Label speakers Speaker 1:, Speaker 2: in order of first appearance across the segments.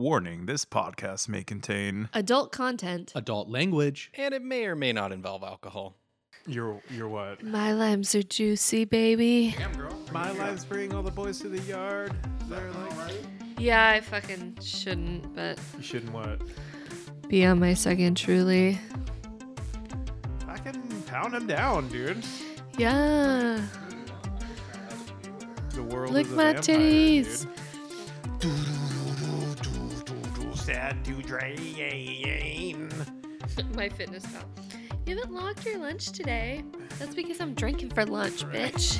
Speaker 1: Warning this podcast may contain.
Speaker 2: Adult content.
Speaker 3: Adult language.
Speaker 4: And it may or may not involve alcohol.
Speaker 1: You're, you're what?
Speaker 2: My limes are juicy, baby.
Speaker 1: My life's bringing all the boys to the yard. They're like.
Speaker 2: Yeah, I fucking shouldn't, but
Speaker 1: You shouldn't what?
Speaker 2: be on my second truly.
Speaker 1: I can pound them down, dude.
Speaker 2: Yeah.
Speaker 1: The world
Speaker 2: Lick
Speaker 1: is a
Speaker 2: my
Speaker 1: vampire,
Speaker 2: titties.
Speaker 1: dude. Sad to drain.
Speaker 2: my fitness pal. You haven't locked your lunch today. That's because I'm drinking for lunch, bitch.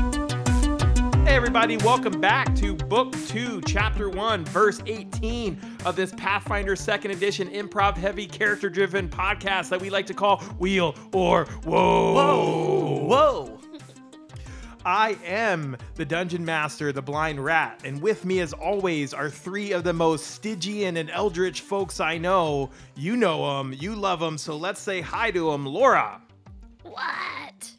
Speaker 1: Hey, everybody, welcome back to Book 2, Chapter 1, Verse 18 of this Pathfinder 2nd Edition improv heavy character driven podcast that we like to call Wheel or Whoa.
Speaker 4: Whoa!
Speaker 1: I am the Dungeon Master, the Blind Rat, and with me, as always, are three of the most Stygian and Eldritch folks I know. You know them, you love them, so let's say hi to them. Laura,
Speaker 2: What?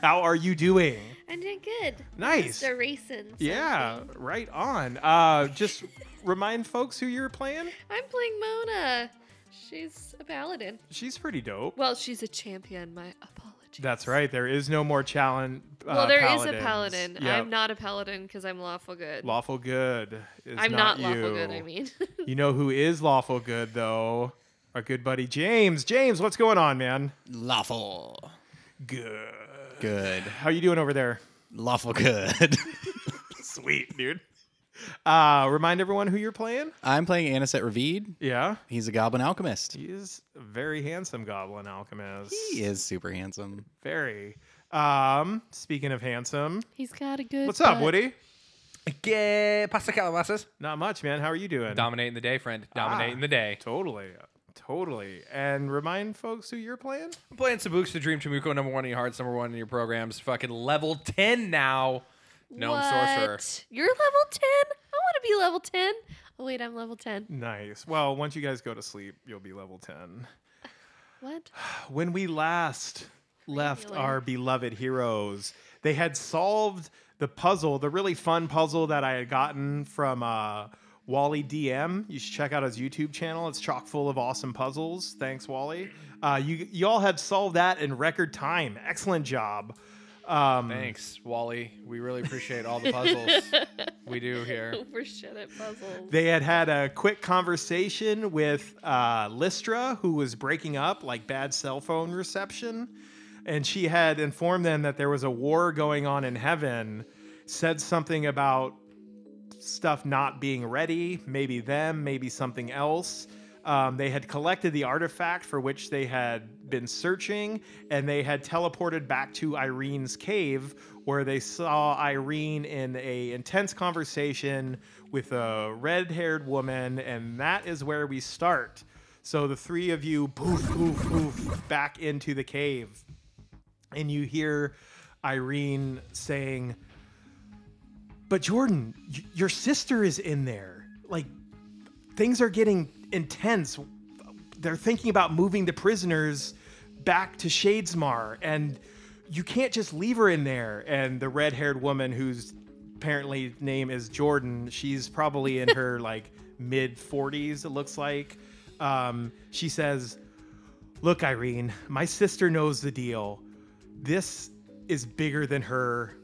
Speaker 1: how are you doing?
Speaker 2: I did good.
Speaker 1: Nice.
Speaker 2: The racing.
Speaker 1: Yeah, right on. Uh, just remind folks who you're playing.
Speaker 2: I'm playing Mona. She's a paladin.
Speaker 1: She's pretty dope.
Speaker 2: Well, she's a champion. My apologies.
Speaker 1: That's right. There is no more challenge. Uh,
Speaker 2: well, there is
Speaker 1: paladins.
Speaker 2: a paladin.
Speaker 1: Yeah.
Speaker 2: I'm not a paladin because I'm lawful good.
Speaker 1: lawful good. Is
Speaker 2: I'm not, lawful
Speaker 1: you.
Speaker 2: good. I mean,
Speaker 1: You know who is lawful good though? Our good buddy James. James, what's going on, man?
Speaker 3: Lawful.
Speaker 1: Good.
Speaker 3: Good.
Speaker 1: How you doing over there?
Speaker 3: Lawful good.
Speaker 1: Sweet, dude. Uh, remind everyone who you're playing.
Speaker 3: I'm playing Aniset Ravid.
Speaker 1: Yeah,
Speaker 3: He's a goblin alchemist.
Speaker 1: he is a very handsome goblin alchemist.
Speaker 3: He is super handsome.
Speaker 1: very. Um, speaking of handsome,
Speaker 2: he's got a good.
Speaker 1: what's up,
Speaker 2: butt.
Speaker 1: Woody?
Speaker 4: Que pasa, calabazas?
Speaker 1: Not much, man. How are you doing?
Speaker 4: Dominating the day, friend. Dominating
Speaker 1: Ah.
Speaker 4: the day.
Speaker 1: Totally, totally. And remind folks who you're playing.
Speaker 4: I'm playing Sabuks the Dream Chamuko, number one in your hearts, number one in your programs. Fucking level 10 now. Gnome Sorcerer.
Speaker 2: What? You're level ten. I want to be level ten. Oh wait, I'm level ten.
Speaker 1: Nice. Well, once you guys go to sleep, you'll be level ten.
Speaker 2: What?
Speaker 1: when we last left
Speaker 2: Really?
Speaker 1: our beloved heroes, they had solved the puzzle, the really fun puzzle that I had gotten from uh, Wally DM. You should check out his YouTube channel. It's chock full of awesome puzzles. Thanks, Wally. Uh, you you all had solved that in record time. Excellent job. Um,
Speaker 4: Thanks, Wally. We really appreciate all the puzzles we do here.
Speaker 2: We're shit at puzzles.
Speaker 1: they had had a quick conversation with uh, Listra, who was breaking up, like bad cell phone reception. And she had informed them that there was a war going on in heaven, said something about stuff not being ready, maybe them, maybe something else. Um, they had collected the artifact for which they had been searching, and they had teleported back to Irene's cave, where they saw Irene in a intense conversation with a red-haired woman, and that is where we start. So the three of you poof, poof, poof back into the cave, and you hear Irene saying, but Jordan, y- your sister is in there. Like, things are getting intense. They're thinking about moving the prisoners back to Shadesmar, and you can't just leave her in there. And the red haired woman, whose apparently name is Jordan, she's probably in her like mid 40s, it looks like. Um, she says, Look, Irene, my sister knows the deal. This is bigger than her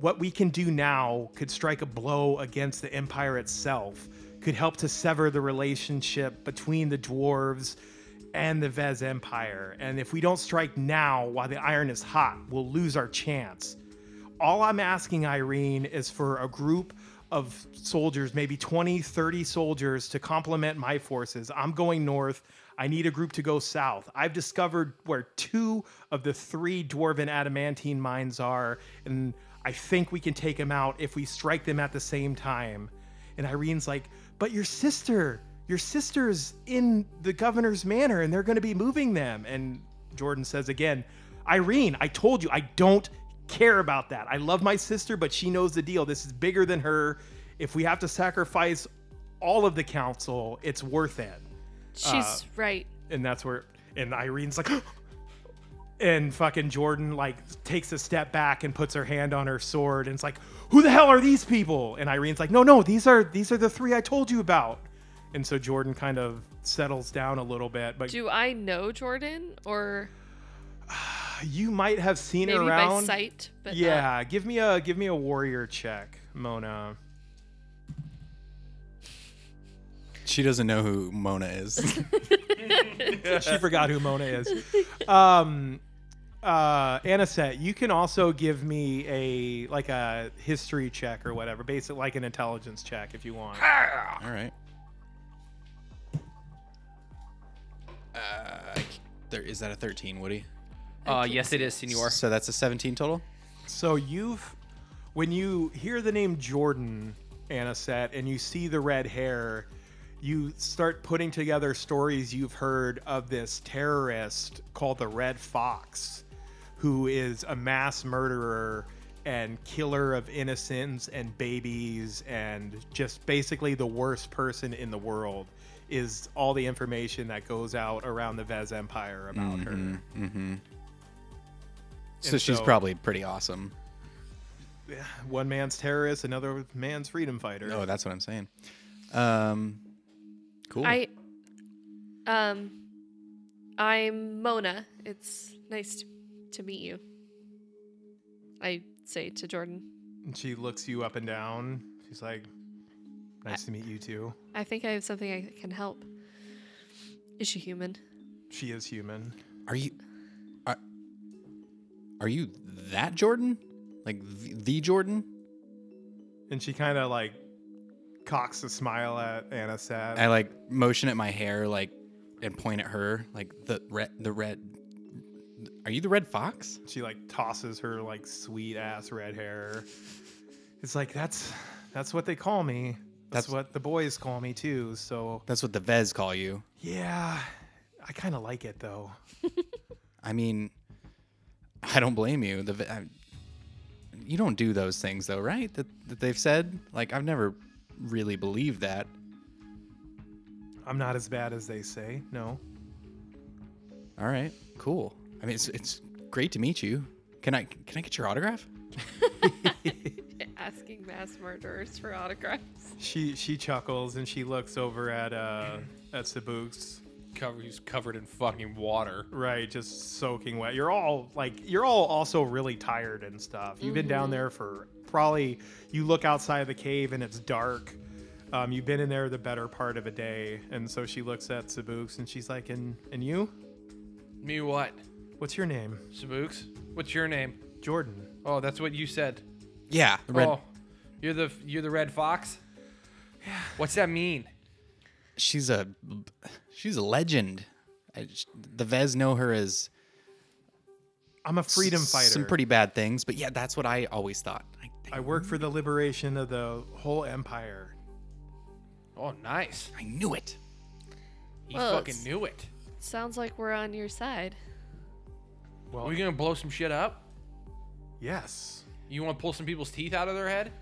Speaker 1: what we can do now could strike a blow against the empire itself could help to sever the relationship between the dwarves and the vez empire and if we don't strike now while the iron is hot we'll lose our chance all i'm asking irene is for a group of soldiers maybe 20 30 soldiers to complement my forces i'm going north i need a group to go south i've discovered where two of the three dwarven adamantine mines are and i think we can take them out if we strike them at the same time and irene's like but your sister your sister's in the governor's manor and they're going to be moving them and jordan says again Irene, I told you, I don't care about that. I love my sister, but she knows the deal. This is bigger than her. If we have to sacrifice all of the council, it's worth it.
Speaker 2: She's right.
Speaker 1: and that's where and Irene's like and fucking Jordan like takes a step back and puts her hand on her sword and it's like who the hell are these people and Irene's like no no these are these are the three I told you about and so Jordan kind of settles down a little bit but
Speaker 2: Do I know Jordan or
Speaker 1: you might have seen
Speaker 2: maybe
Speaker 1: her around
Speaker 2: by sight? But uh, not-
Speaker 1: yeah give me a give me a warrior check Mona
Speaker 3: She doesn't know who Mona is.
Speaker 1: she forgot who Mona is. Um, uh, Anisette, you can also give me a like a history check or whatever, basic like an intelligence check if you want.
Speaker 3: All right. Uh, I c- there, is that a 13, Woody?
Speaker 4: Uh, yes, it is, Senor.
Speaker 3: So that's a 17 total?
Speaker 1: So you've when you hear the name Jordan Anisette and you see the red hair, you start putting together stories you've heard of this terrorist called the Red Fox, who is a mass murderer and killer of innocents and babies and just basically the worst person in the world is all the information that goes out around the Vez Empire about her.
Speaker 3: So she's
Speaker 1: so-
Speaker 3: probably pretty awesome.
Speaker 1: One man's terrorist, another man's freedom fighter.
Speaker 3: Oh, that's what I'm saying. Um, cool.
Speaker 2: I um I'm Mona. It's nice t- to meet you. I say to Jordan.
Speaker 1: And she looks you up and down. She's like, "Nice to meet you too."
Speaker 2: I think I have something I can help. Is she human?
Speaker 1: She is human.
Speaker 3: Are you are, are you that Jordan? Like the, the Jordan?
Speaker 1: And she kind of like cocks a smile at Anisette.
Speaker 3: I like motion at my hair like and point at her like the red the red Are you the red fox?
Speaker 1: she like tosses her like sweet ass red hair. It's like that's that's what they call me. That's,
Speaker 3: That's-
Speaker 1: what the boys call me too. So
Speaker 3: That's what the Vez call you.
Speaker 1: yeah, I kind of like it though.
Speaker 3: I mean I don't blame you. The Ve- I, you don't do those things though, right? That that they've said? Like I've never really believed that.
Speaker 1: I'm not as bad as they say. No.
Speaker 3: All right. Cool. I mean it's it's great to meet you. Can I can I get your autograph?
Speaker 2: Asking mass murderers for autographs.
Speaker 1: She she chuckles and she looks over at uh at Sabuks.
Speaker 4: Cover, he's covered in fucking water.
Speaker 1: Right, just soaking wet. You're all like, you're all also really tired and stuff. You've been
Speaker 3: Mm-hmm.
Speaker 1: down there for probably, you look outside of the cave and it's dark. Um, you've been in there the better part of a day. And so she looks at Sabuks and she's like, and, and you?
Speaker 4: Me what?
Speaker 1: What's your name?
Speaker 4: Sabooks? What's your name?
Speaker 1: Jordan.
Speaker 4: Oh, that's what you said.
Speaker 3: Yeah, the red
Speaker 4: Oh, you're the you're the red fox. What's that mean?
Speaker 3: she's a she's a legend. I, sh- the Vez know her as
Speaker 1: I'm a freedom
Speaker 3: s-
Speaker 1: fighter.
Speaker 3: Some pretty bad things, but yeah, that's what I always thought. I,
Speaker 1: I work for the liberation of the whole empire.
Speaker 4: Oh, nice.
Speaker 3: I knew it.
Speaker 4: He
Speaker 2: Well,
Speaker 4: fucking
Speaker 2: it's-
Speaker 4: knew it.
Speaker 2: Sounds like we're on your side.
Speaker 1: Well,
Speaker 4: Are we gonna blow some shit up?
Speaker 1: yes.
Speaker 4: You want to pull some people's teeth out of their head?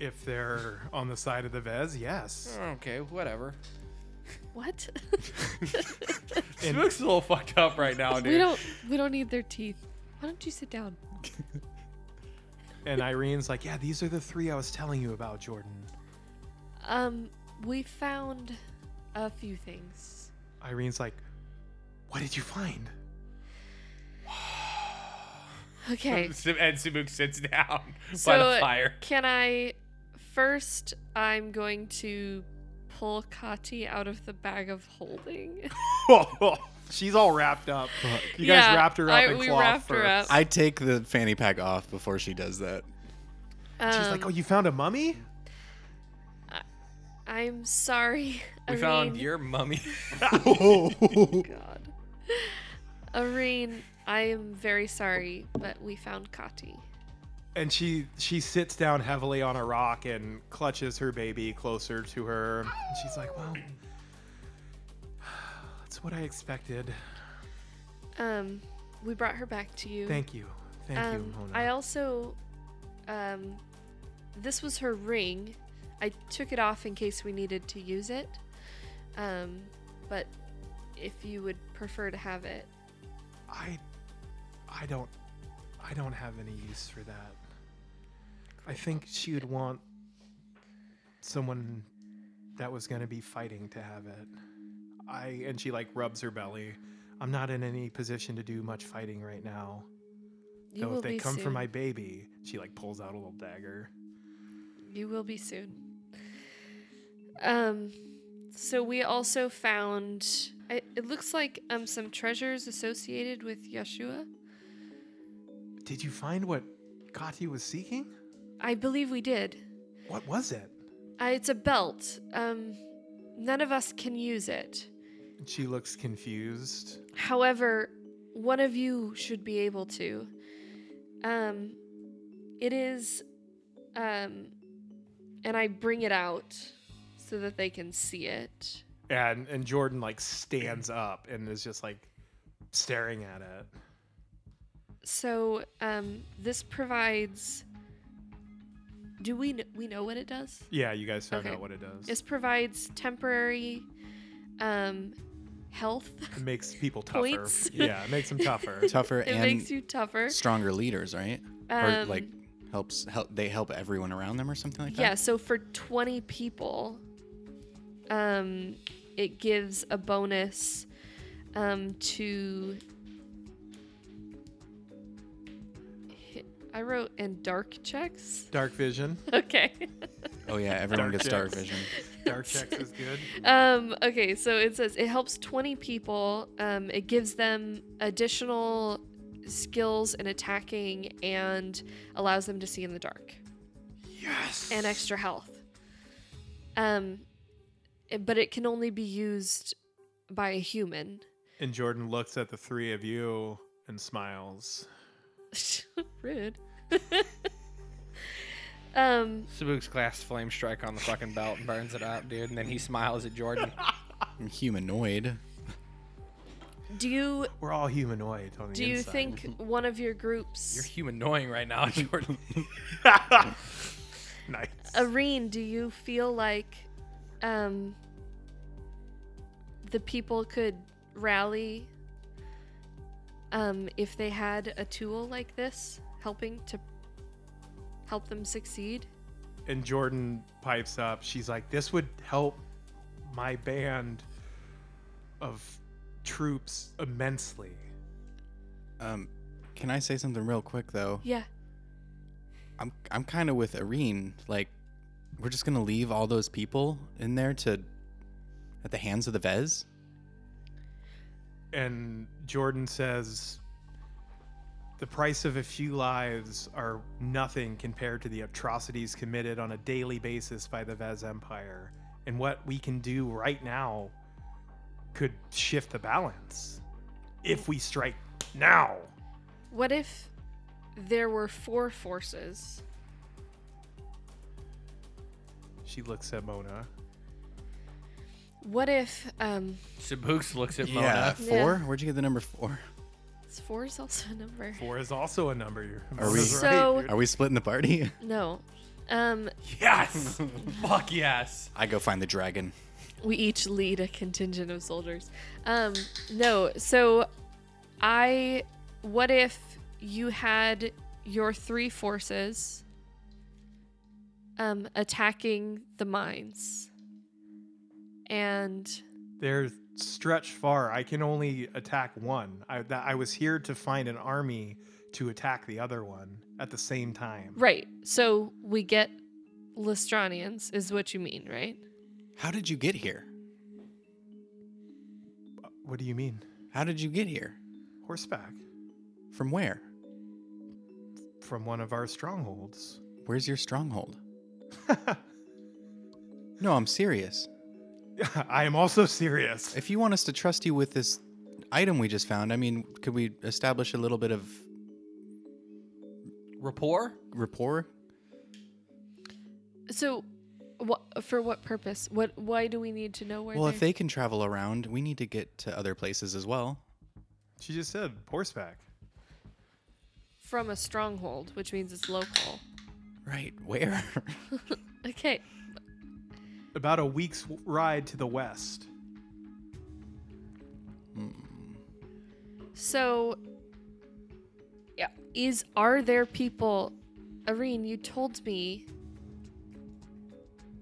Speaker 1: If they're on the side of the Vez, yes.
Speaker 4: Okay, whatever.
Speaker 2: What?
Speaker 1: And-
Speaker 4: Sabooks is a little fucked up right now, dude.
Speaker 2: we don't we don't need their teeth. Why don't you sit down?
Speaker 1: And Irene's like, yeah, these are the three I was telling you about, Jordan.
Speaker 2: Um we found a few things.
Speaker 1: Irene's like, What did you find?
Speaker 2: Okay.
Speaker 4: and Sabuk sits down by
Speaker 2: So,
Speaker 4: the fire.
Speaker 2: Can I first? I'm going to pull Kati out of the bag of holding.
Speaker 1: She's all wrapped up. You guys
Speaker 2: Yeah,
Speaker 1: wrapped her up
Speaker 2: I-
Speaker 1: in
Speaker 2: we
Speaker 1: cloth
Speaker 2: wrapped her
Speaker 1: first.
Speaker 2: up.
Speaker 3: I take the fanny pack off before she does that.
Speaker 1: She's like,
Speaker 2: Um,
Speaker 1: Oh, you found a mummy?
Speaker 2: I'm sorry.
Speaker 4: We
Speaker 2: Irene.
Speaker 4: found your mummy.
Speaker 2: God. Irene, I am very sorry, but we found Kati.
Speaker 1: And she she sits down heavily on a rock and clutches her baby closer to her. And she's like, Well, that's what I expected.
Speaker 2: Um, we brought her back to you.
Speaker 1: Thank you. Thank you,
Speaker 2: um,
Speaker 1: Mona.
Speaker 2: I also, um, this was her ring. I took it off in case we needed to use it. Um, but if you would prefer to have it.
Speaker 1: I I don't I don't have any use for that. I think she would want someone that was going to be fighting to have it. I and she like rubs her belly. I'm not in any position to do much fighting right now.
Speaker 2: You
Speaker 1: though
Speaker 2: will
Speaker 1: if they
Speaker 2: be
Speaker 1: come
Speaker 2: soon.
Speaker 1: for my baby, she like pulls out a little dagger.
Speaker 2: You will be soon. Um, so we also found it, it looks like um some treasures associated with Yeshua.
Speaker 1: Did you find what Kati was seeking?
Speaker 2: I believe we did.
Speaker 1: What was it?
Speaker 2: Uh, it's a belt. Um, none of us can use it.
Speaker 1: And She looks confused.
Speaker 2: However, one of you should be able to. Um, it is, um, and I bring it out so that they can see it.
Speaker 1: And and Jordan like stands up and is just like staring at it.
Speaker 2: So um, this provides. Do we kn- we know what it does?
Speaker 1: Yeah, you guys found
Speaker 2: Okay.
Speaker 1: out what it does.
Speaker 2: This provides temporary um, health.
Speaker 1: it makes people tougher.
Speaker 2: Points.
Speaker 1: Yeah, it makes them tougher.
Speaker 3: Tougher
Speaker 2: it
Speaker 3: and
Speaker 2: makes you tougher.
Speaker 3: stronger leaders, right? or
Speaker 2: Um,
Speaker 3: like helps help they help everyone around them or something like that.
Speaker 2: Yeah, so for 20 people, um, it gives a bonus um, to. Hi- I wrote and dark checks.
Speaker 1: Dark vision.
Speaker 2: Okay.
Speaker 3: Oh yeah, everyone
Speaker 1: Dark
Speaker 3: gets dark
Speaker 1: checks.
Speaker 3: vision.
Speaker 1: Dark checks is good.
Speaker 2: Um, okay, so it says it helps 20 people. Um, it gives them additional skills in attacking and allows them to see in the dark.
Speaker 1: Yes.
Speaker 2: and extra health. Um, it- but it can only be used by a human.
Speaker 1: And Jordan looks at the three of you and smiles.
Speaker 2: Rude. um,
Speaker 4: Sabuks class flame strike on the fucking belt and burns it up, dude. And then he smiles at Jordan.
Speaker 3: Humanoid.
Speaker 2: do you
Speaker 1: We're all humanoid on the
Speaker 2: do you
Speaker 1: inside.
Speaker 2: think one of your
Speaker 4: You're
Speaker 2: groups,
Speaker 4: human annoying right now, Jordan.
Speaker 1: nice.
Speaker 2: Irene, do you feel like um the people could rally um if they had a tool like this helping to help them succeed?
Speaker 1: and Jordan pipes up. She's like, "This would help my band of troops immensely."
Speaker 3: Um, can I say something real quick though?
Speaker 2: Yeah.
Speaker 3: I'm I'm kind of with Irene. Like, we're just gonna leave all those people in there to at the hands of the Vez.
Speaker 1: And Jordan says, "The price of a few lives are nothing compared to the atrocities committed on a daily basis by the Vez Empire, and what we can do right now could shift the balance if we strike now."
Speaker 2: What if there were four forces?
Speaker 1: She looks at Mona.
Speaker 2: What if um
Speaker 4: Sabuks looks at Mona.
Speaker 3: Yeah, four.
Speaker 2: Yeah.
Speaker 3: Where'd you get the number four?
Speaker 2: is four is also a number.
Speaker 1: Four is also a number. You're-
Speaker 3: Are
Speaker 1: Mona's
Speaker 3: we-
Speaker 1: right,
Speaker 2: So-
Speaker 1: dude.
Speaker 3: Are we splitting the party?
Speaker 2: No. Um
Speaker 4: Yes. Fuck yes.
Speaker 3: I go find the dragon.
Speaker 2: we each lead a contingent of soldiers. Um no, so I what if you had your three forces um attacking the mines and
Speaker 1: They're stretched far. I can only attack one. I, that, I was here to find an army to attack the other one at the same time.
Speaker 2: right so we get Lestranians is what you mean right
Speaker 3: How did you get here?
Speaker 1: What do you mean?
Speaker 3: How did you get here?
Speaker 1: Horseback
Speaker 3: From where?
Speaker 1: from one of our strongholds.
Speaker 3: Where's your stronghold? no, I'm serious.
Speaker 1: I am also serious.
Speaker 3: If you want us to trust you with this item we just found, I mean, could we establish a little bit of
Speaker 4: Rapport?
Speaker 3: rapport?
Speaker 2: So, wh- for what purpose? What? Why do we need to know where?
Speaker 3: Well,
Speaker 2: they're...
Speaker 3: if they can travel around, we need to get to other places as well.
Speaker 1: She just said horseback.
Speaker 2: from a stronghold, which means it's local.
Speaker 3: Right, where?
Speaker 2: Okay,
Speaker 1: About a week's w- ride to the west.
Speaker 2: So, yeah, is are there people, Irene? You told me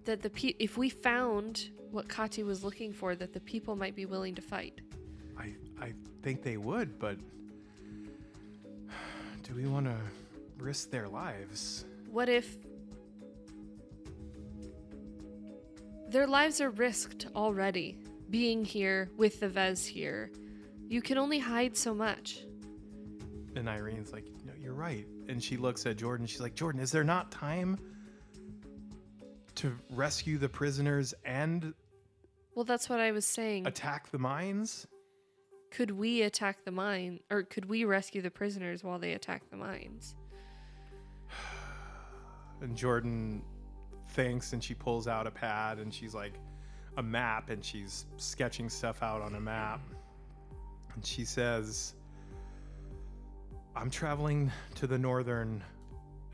Speaker 2: that the pe- if we found what Kati was looking for, that the people might be willing to fight.
Speaker 1: I I think they would, but do we want to risk their lives?
Speaker 2: What if their lives are risked already being here with the Vez here? You can only hide so much.
Speaker 1: And Irene's like, "No, you're right." And she looks at Jordan. She's like, "Jordan, is there not time to rescue the prisoners and
Speaker 2: Well, that's what I was saying.
Speaker 1: attack the mines?"
Speaker 2: could we attack the mine, or could we rescue the prisoners while they attack the mines?
Speaker 1: And Jordan thinks and she pulls out a pad and she's like a map and she's sketching stuff out on a map. And she says, I'm traveling to the northern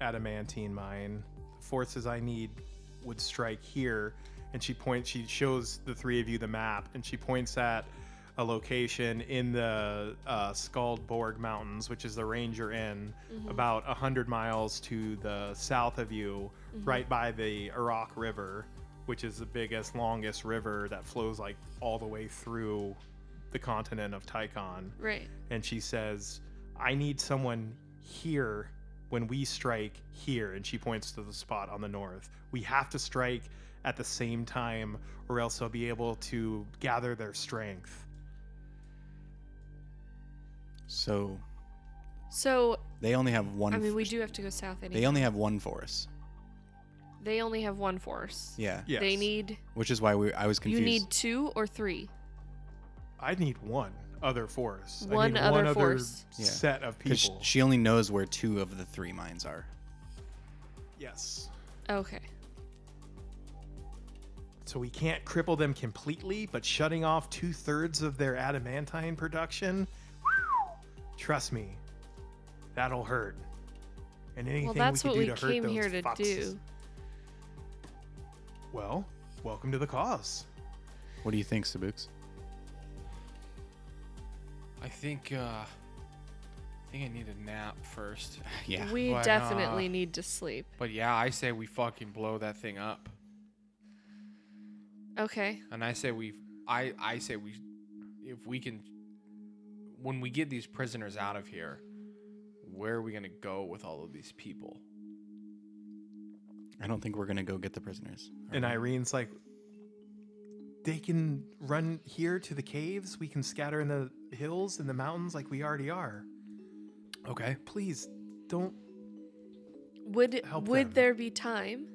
Speaker 1: adamantine mine. The forces I need would strike here. And she points, she shows the three of you the map and she points at a location in the uh, Skaldborg Mountains, which is the Ranger Inn, about a 100 miles to the south of you, right by the Iraq River, which is the biggest, longest river that flows like all the way through the continent of Tycon
Speaker 2: Right.
Speaker 1: and she says, I need someone here when we strike here. And she points to the spot on the north. We have to strike at the same time, or else they'll be able to gather their strength.
Speaker 3: So
Speaker 2: So,
Speaker 3: they only have one.
Speaker 2: I mean, we do have to go south anyway.
Speaker 3: they only have one force.
Speaker 2: They only have one force.
Speaker 3: Yeah.
Speaker 1: Yes.
Speaker 2: They need.
Speaker 3: Which is why we. I was confused.
Speaker 2: You need two or three.
Speaker 1: I need one other force.
Speaker 2: One
Speaker 1: I need
Speaker 2: other
Speaker 1: one other
Speaker 2: force.
Speaker 3: Yeah.
Speaker 1: set of
Speaker 3: 'Cause sh-
Speaker 1: people.
Speaker 3: she only knows where two of the three mines are.
Speaker 1: yes.
Speaker 2: Okay.
Speaker 1: So we can't cripple them completely, but shutting off two thirds of their adamantine production, trust me, that'll hurt. And anything
Speaker 2: well, that's
Speaker 1: we
Speaker 2: what
Speaker 1: can
Speaker 2: we
Speaker 1: do to hurt
Speaker 2: came
Speaker 1: those
Speaker 2: here to
Speaker 1: foxes-
Speaker 2: do.
Speaker 1: Well, welcome to the cause.
Speaker 3: What do you think, Sabuks?
Speaker 4: I think uh, I think I need a nap first.
Speaker 3: Yeah.
Speaker 2: We
Speaker 4: Why
Speaker 2: definitely
Speaker 4: not?
Speaker 2: need to sleep.
Speaker 4: But yeah, I say we fucking blow that thing up.
Speaker 2: Okay.
Speaker 4: And I say we I I say we if we can when we get these prisoners out of here, where are we going to go with all of these people?
Speaker 3: I don't think we're gonna go get the prisoners.
Speaker 1: And Irene's like, they can run here to the caves. We can scatter in the hills and the mountains like we already are.
Speaker 4: Okay.
Speaker 1: Please don't.
Speaker 2: Would
Speaker 1: Help
Speaker 2: would
Speaker 1: them.
Speaker 2: there be time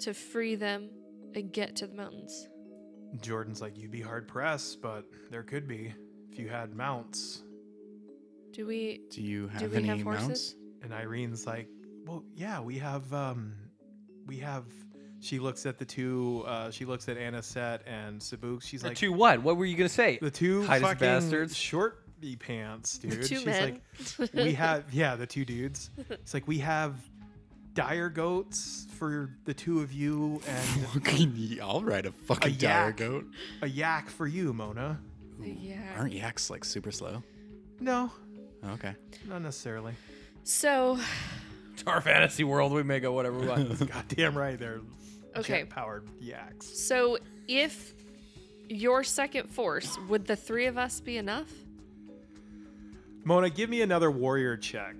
Speaker 2: to free them and get to the mountains?
Speaker 1: Jordan's like, you'd be hard pressed, but there could be if you had mounts.
Speaker 2: Do we?
Speaker 3: Do you have
Speaker 2: we
Speaker 3: any
Speaker 2: have horses?
Speaker 3: mounts?
Speaker 1: And Irene's like, well, yeah, we have, um, we have. She looks at the two. Uh, she looks at Anisette and Sabuks. She's like,
Speaker 4: what? What were you going to say?
Speaker 1: the two
Speaker 4: Hide as
Speaker 1: fucking
Speaker 4: bastards.
Speaker 1: short pants, dude.
Speaker 2: two
Speaker 1: She's
Speaker 2: men.
Speaker 1: like, we have yeah, the two dudes. It's like we have dire goats for the two of you and
Speaker 3: Fucking- I'll ride a fucking
Speaker 1: yak. a yak for you, Mona.
Speaker 2: Yeah.
Speaker 3: Aren't yaks like super slow?
Speaker 1: No,
Speaker 3: Oh, okay.
Speaker 1: not necessarily.
Speaker 2: So
Speaker 4: It's our fantasy world. We may go whatever we want.
Speaker 1: Goddamn right, they're
Speaker 2: Okay.
Speaker 1: jet powered yaks.
Speaker 2: so if your second force would the three of us be enough?
Speaker 1: Mona, give me another warrior check.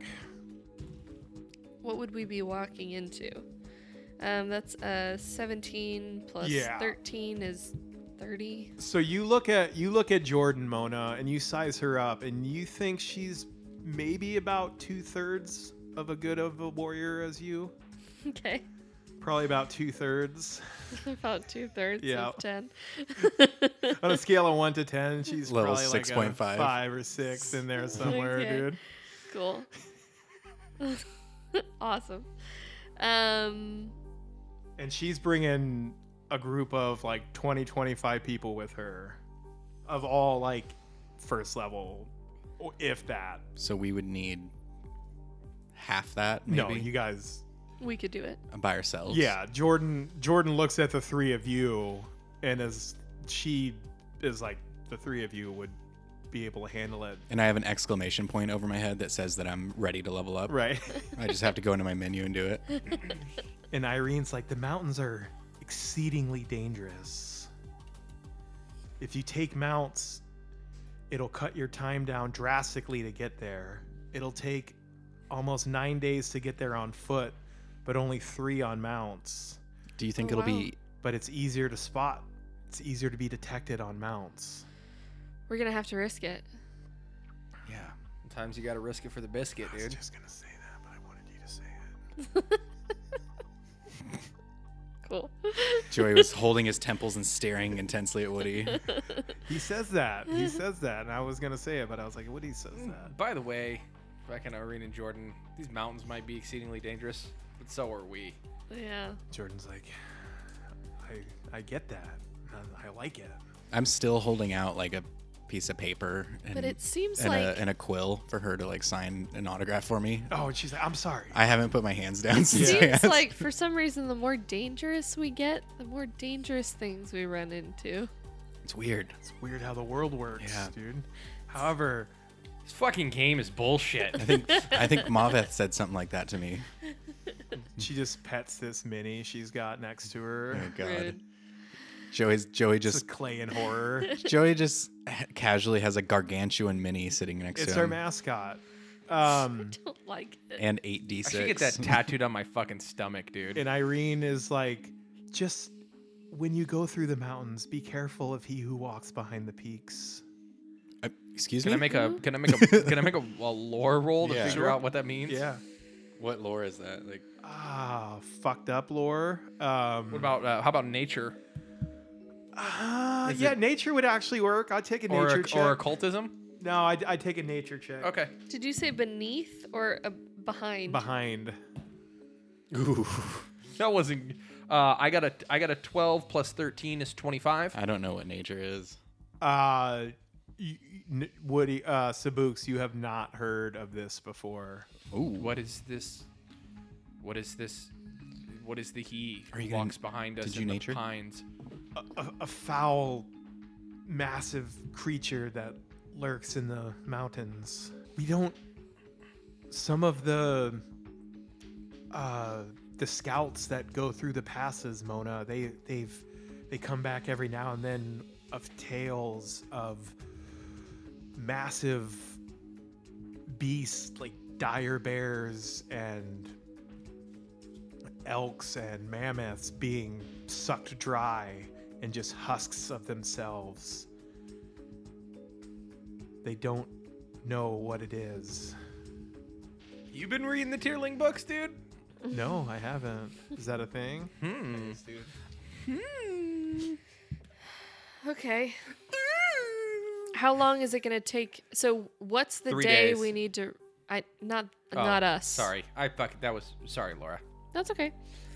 Speaker 2: What would we be walking into? Um, that's uh 17 plus
Speaker 1: Yeah.
Speaker 2: 13 is 30.
Speaker 1: So you look at you look at Jordan, Mona, and you size her up, and you think she's maybe about two thirds of a good of a warrior as you.
Speaker 2: Okay.
Speaker 1: Probably about two thirds.
Speaker 2: About two thirds
Speaker 1: Yeah.
Speaker 2: of 10.
Speaker 1: On a scale of one to ten, she's
Speaker 3: Level
Speaker 1: probably like a
Speaker 3: 6.5.
Speaker 1: five or six in there somewhere,
Speaker 2: Okay.
Speaker 1: dude.
Speaker 2: Cool. awesome. Um,
Speaker 1: And she's bringing a group of like 20, 25 people with her, of all like first level, or if that.
Speaker 3: So we would need half that, maybe,
Speaker 1: No, you guys.
Speaker 2: we could do it.
Speaker 3: by ourselves.
Speaker 1: Yeah, Jordan. Jordan looks at the three of you, and as she is like, the three of you would be able to handle it.
Speaker 3: And I have an exclamation point over my head that says that I'm ready to level up.
Speaker 1: Right.
Speaker 3: I just have to go into my menu and do it.
Speaker 1: and Irene's like, the mountains are exceedingly dangerous. If you take mounts, it'll cut your time down drastically to get there. It'll take almost nine days to get there on foot, but only three on mounts.
Speaker 3: Do you think
Speaker 2: Oh,
Speaker 3: it'll
Speaker 2: wow.
Speaker 3: be
Speaker 1: But it's easier to spot, it's easier to be detected on mounts.
Speaker 2: We're gonna have to risk it.
Speaker 3: Yeah.
Speaker 4: Sometimes you gotta risk it for the biscuit, dude.
Speaker 1: just going to say that, but I wanted you to say it.
Speaker 2: Cool.
Speaker 3: Joey was holding his temples and staring intensely at Woody.
Speaker 1: He says that. He says that. And I was going to say it, but I was like, what he says that?
Speaker 4: Mm, By the way, back in Irene and Jordan, these mountains might be exceedingly dangerous, but so are we.
Speaker 2: yeah.
Speaker 1: Jordan's like, I I get that. I, I like it.
Speaker 3: I'm still holding out like a piece of paper and,
Speaker 2: But it seems
Speaker 3: and,
Speaker 2: like
Speaker 3: a, and a quill for her to like sign an autograph for me.
Speaker 1: Oh, and she's like, I'm sorry.
Speaker 3: I haven't put my hands down since I
Speaker 2: seems
Speaker 3: asked.
Speaker 2: like for some reason the more dangerous we get, the more dangerous things we run into.
Speaker 3: it's weird.
Speaker 1: it's weird how the world works,
Speaker 3: Yeah.
Speaker 1: dude. However,
Speaker 4: This fucking game is bullshit.
Speaker 3: I think I think Maveth said something like that to me.
Speaker 1: she just pets this mini she's got next to her.
Speaker 3: Oh god.
Speaker 2: Rude.
Speaker 3: Joey's Joey
Speaker 1: Just
Speaker 3: just
Speaker 1: clay in horror.
Speaker 3: Joey just ha- casually has a gargantuan mini sitting next
Speaker 1: it's
Speaker 3: to
Speaker 1: her
Speaker 3: him
Speaker 1: mascot. Um,
Speaker 2: Don't like it.
Speaker 3: and 8d6.
Speaker 4: I should get that tattooed on my fucking stomach, dude.
Speaker 1: and Irene is like, just when you go through the mountains, be careful of he who walks behind the peaks.
Speaker 3: Uh, excuse
Speaker 4: Can
Speaker 3: me.
Speaker 4: I make a can I make a can I make a, a lore roll to
Speaker 3: Yeah.
Speaker 4: figure
Speaker 3: Sure.
Speaker 4: out what that means?
Speaker 1: Yeah.
Speaker 3: what lore is that? Like
Speaker 1: Ah, fucked up lore. Um,
Speaker 4: What about uh, how about nature
Speaker 1: Ah,
Speaker 4: Is
Speaker 1: yeah,
Speaker 4: it-
Speaker 1: nature would actually work. I'd take a
Speaker 4: or
Speaker 1: nature
Speaker 4: occ-
Speaker 1: check.
Speaker 4: or occultism?
Speaker 1: No, I'd, I'd take a nature check.
Speaker 4: Okay.
Speaker 2: Did you say beneath or uh, behind?
Speaker 1: Behind.
Speaker 3: ooh.
Speaker 4: That wasn't. Uh, I got a I got a twelve plus thirteen is twenty five.
Speaker 3: I don't know what nature is.
Speaker 1: Uh, y- n- Woody, uh, Sabuks, you have not heard of this before.
Speaker 3: Ooh.
Speaker 4: What is this? What is this? What is the he
Speaker 3: Are you
Speaker 4: who
Speaker 3: gonna-
Speaker 4: walks behind us
Speaker 3: did
Speaker 4: in
Speaker 3: you
Speaker 4: the
Speaker 3: nature?
Speaker 4: pines?
Speaker 1: A, a, a foul, massive creature that lurks in the mountains. We don't. Some of the. Uh, the scouts that go through the passes, Mona, they they've they come back every now and then of tales of massive beasts like dire bears and elks and mammoths being sucked dry and just husks of themselves. They don't know what it is.
Speaker 4: You've been reading the Tearling books, dude.
Speaker 1: No, I haven't. Is that a thing?
Speaker 4: Hmm.
Speaker 2: Okay. How long is it gonna take? So what's the
Speaker 4: Three
Speaker 2: day
Speaker 4: days.
Speaker 2: we need to? I not
Speaker 4: Oh,
Speaker 2: Uh, not us.
Speaker 4: Sorry, I fuck. That was sorry, Laura.
Speaker 2: That's okay.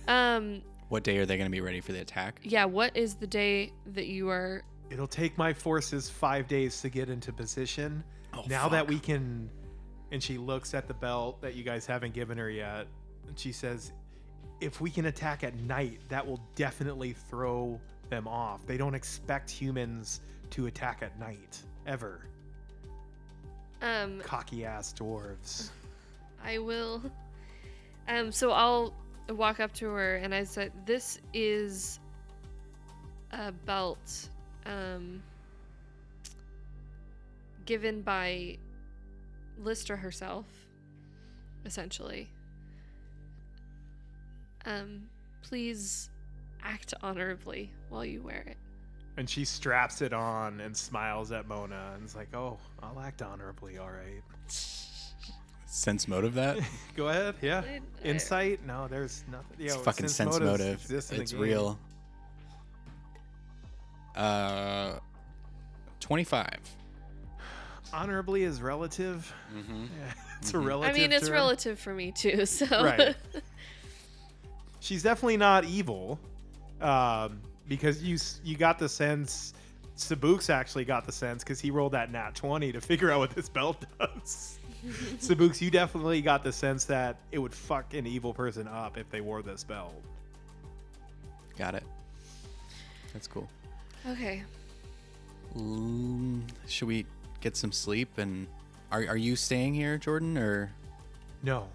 Speaker 2: Um.
Speaker 3: What day are they going to be ready for the attack?
Speaker 2: Yeah. What is the day that you are?
Speaker 1: It'll take my forces five days to get into position.
Speaker 3: Oh,
Speaker 1: now that we can. And she looks at the belt that you guys haven't given her yet. And she says, if we can attack at night, that will definitely throw them off. They don't expect humans to attack at night, ever.
Speaker 2: Um.
Speaker 1: cocky ass dwarves.
Speaker 2: I will. Um. So I'll walk up to her and I said, "This is a belt, um, given by Lister herself, essentially. Um, please act honorably while you wear it."
Speaker 1: And she straps it on and smiles at Mona and is like, "Oh, I'll act honorably, all right.
Speaker 3: sense motive that
Speaker 1: Go ahead, yeah."
Speaker 2: I- I-
Speaker 1: Insight? No, there's nothing. You
Speaker 3: it's
Speaker 1: know,
Speaker 3: fucking sense
Speaker 1: motives
Speaker 3: motive.
Speaker 1: exist in the
Speaker 3: It's
Speaker 1: game.
Speaker 3: real. Uh, twenty-five.
Speaker 1: Honorably is relative.
Speaker 3: Mm-hmm.
Speaker 1: Yeah, it's a relative.
Speaker 2: I mean, it's
Speaker 1: term.
Speaker 2: relative for me too. So
Speaker 1: Right. She's definitely not evil, um, because you s- you got the sense. Sabuks actually got the sense because he rolled that nat twenty to figure out what this belt does. Sabuks, you definitely got the sense that it would fuck an evil person up if they wore this belt.
Speaker 3: Got it. That's cool.
Speaker 2: okay.
Speaker 3: Mm, should we get some sleep. And are, are you staying here, Jordan, or
Speaker 1: No.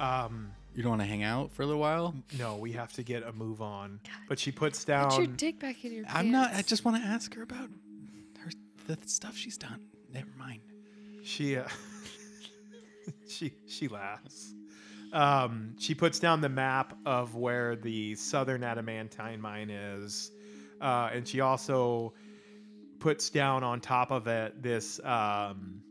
Speaker 1: Um,
Speaker 3: you don't want to hang out for a little while?
Speaker 1: no, we have to get a move on. But she puts
Speaker 2: Put your
Speaker 1: down
Speaker 2: dick back in your pants.
Speaker 3: I'm not. I just want to ask her about her the stuff she's done. Never mind.
Speaker 1: she uh, she she laughs. Um, she puts down the map of where the southern adamantine mine is, uh, and she also puts down on top of it this um,